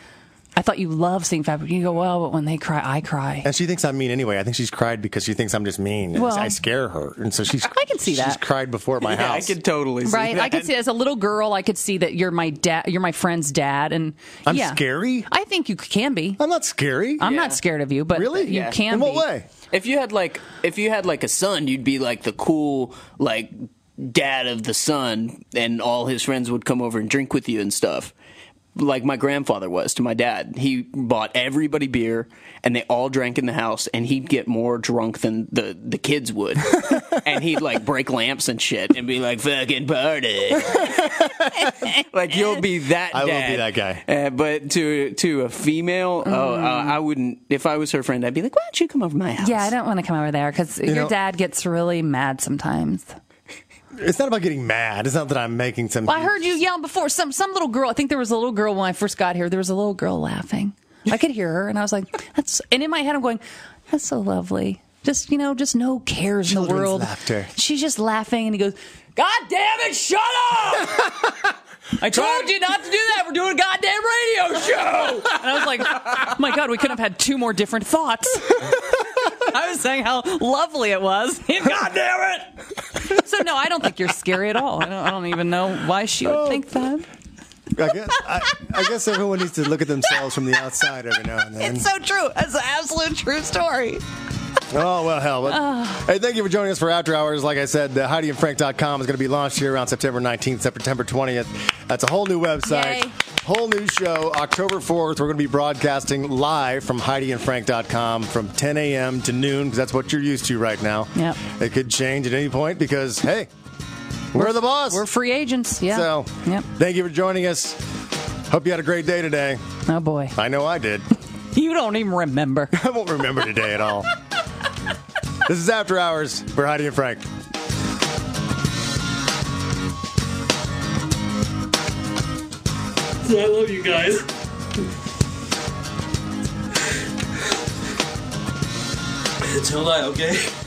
[SPEAKER 3] I thought you love seeing fat people. You go, well, but when they cry, I cry.
[SPEAKER 4] And she thinks I'm mean anyway. I think she's cried because she thinks I'm just mean. and
[SPEAKER 3] Well-
[SPEAKER 4] I scare her, and so she's.
[SPEAKER 3] I can see
[SPEAKER 4] she's
[SPEAKER 3] that.
[SPEAKER 4] cried before at my
[SPEAKER 5] Yeah, I
[SPEAKER 4] house.
[SPEAKER 5] could totally see
[SPEAKER 3] Right,
[SPEAKER 5] that.
[SPEAKER 3] I could see as a little girl, I could see that you're my dad, you're my friend's dad, and
[SPEAKER 4] I'm
[SPEAKER 3] yeah.
[SPEAKER 4] scary?
[SPEAKER 3] I think you can be.
[SPEAKER 4] I'm not scary.
[SPEAKER 3] I'm
[SPEAKER 5] Yeah.
[SPEAKER 3] not scared of you, but
[SPEAKER 4] really.
[SPEAKER 3] you
[SPEAKER 5] Yeah.
[SPEAKER 3] can.
[SPEAKER 4] In what
[SPEAKER 3] be.
[SPEAKER 4] way?
[SPEAKER 5] If you had like if you had like a son, you'd be like the cool like dad of the son and all his friends would come over and drink with you and stuff. Like my grandfather was to my dad. He bought everybody beer and they all drank in the house and he'd get more drunk than the, the kids would. and he'd like break lamps and shit and be like fucking party. like you'll be that
[SPEAKER 4] I will be
[SPEAKER 5] dad.
[SPEAKER 4] that guy.
[SPEAKER 5] Uh, but to to a female, oh, uh, I wouldn't. If I was her friend, I'd be like, "Why don't you come over to my house?"
[SPEAKER 3] Yeah, I don't want to come over there because your
[SPEAKER 4] know-
[SPEAKER 3] dad gets really mad sometimes.
[SPEAKER 4] It's not about getting mad. It's not that I'm making some.
[SPEAKER 3] Well, I heard you yell before. Some some little girl. I think there was a little girl when I first got here. There was a little girl laughing. I could hear her, and I was like, "That's." And in my head, I'm going, "That's so lovely." Just you know, just no cares in
[SPEAKER 4] Children's
[SPEAKER 3] the world.
[SPEAKER 4] laughter.
[SPEAKER 3] She's just laughing, and he goes, "God damn it! Shut up!" I told you not to do that. We're doing a goddamn radio show. And I was like, "My God, we couldn't have had two more different thoughts." I was saying how lovely it was. God damn it! So no, I don't think you're scary at all. I don't, I don't even know why she would think that.
[SPEAKER 4] I guess, I, I guess everyone needs to look at themselves from the outside every now and then.
[SPEAKER 3] It's so true. It's an absolute true story.
[SPEAKER 4] Oh, well, hell. But,
[SPEAKER 3] Ah.
[SPEAKER 4] hey, thank you for joining us for After Hours. Like I said, uh, HeidiandFrank.com is going to be launched here around September 19th, September 20th. That's a whole new website,
[SPEAKER 3] Yay.
[SPEAKER 4] whole new show. October 4th, we're going to be broadcasting live from HeidiandFrank.com from 10 a.m. to noon, because that's what you're used to right now.
[SPEAKER 3] Yep.
[SPEAKER 4] It could change at any point because, hey, we're the boss.
[SPEAKER 3] We're free agents. Yeah.
[SPEAKER 4] So,
[SPEAKER 3] Yep.
[SPEAKER 4] thank you for joining us. Hope you had a great day today.
[SPEAKER 3] Oh boy.
[SPEAKER 4] I know I did.
[SPEAKER 3] You don't even remember.
[SPEAKER 4] I won't remember today at all. this is After Hours for Heidi and Frank.
[SPEAKER 6] I love you guys. It's all right, okay?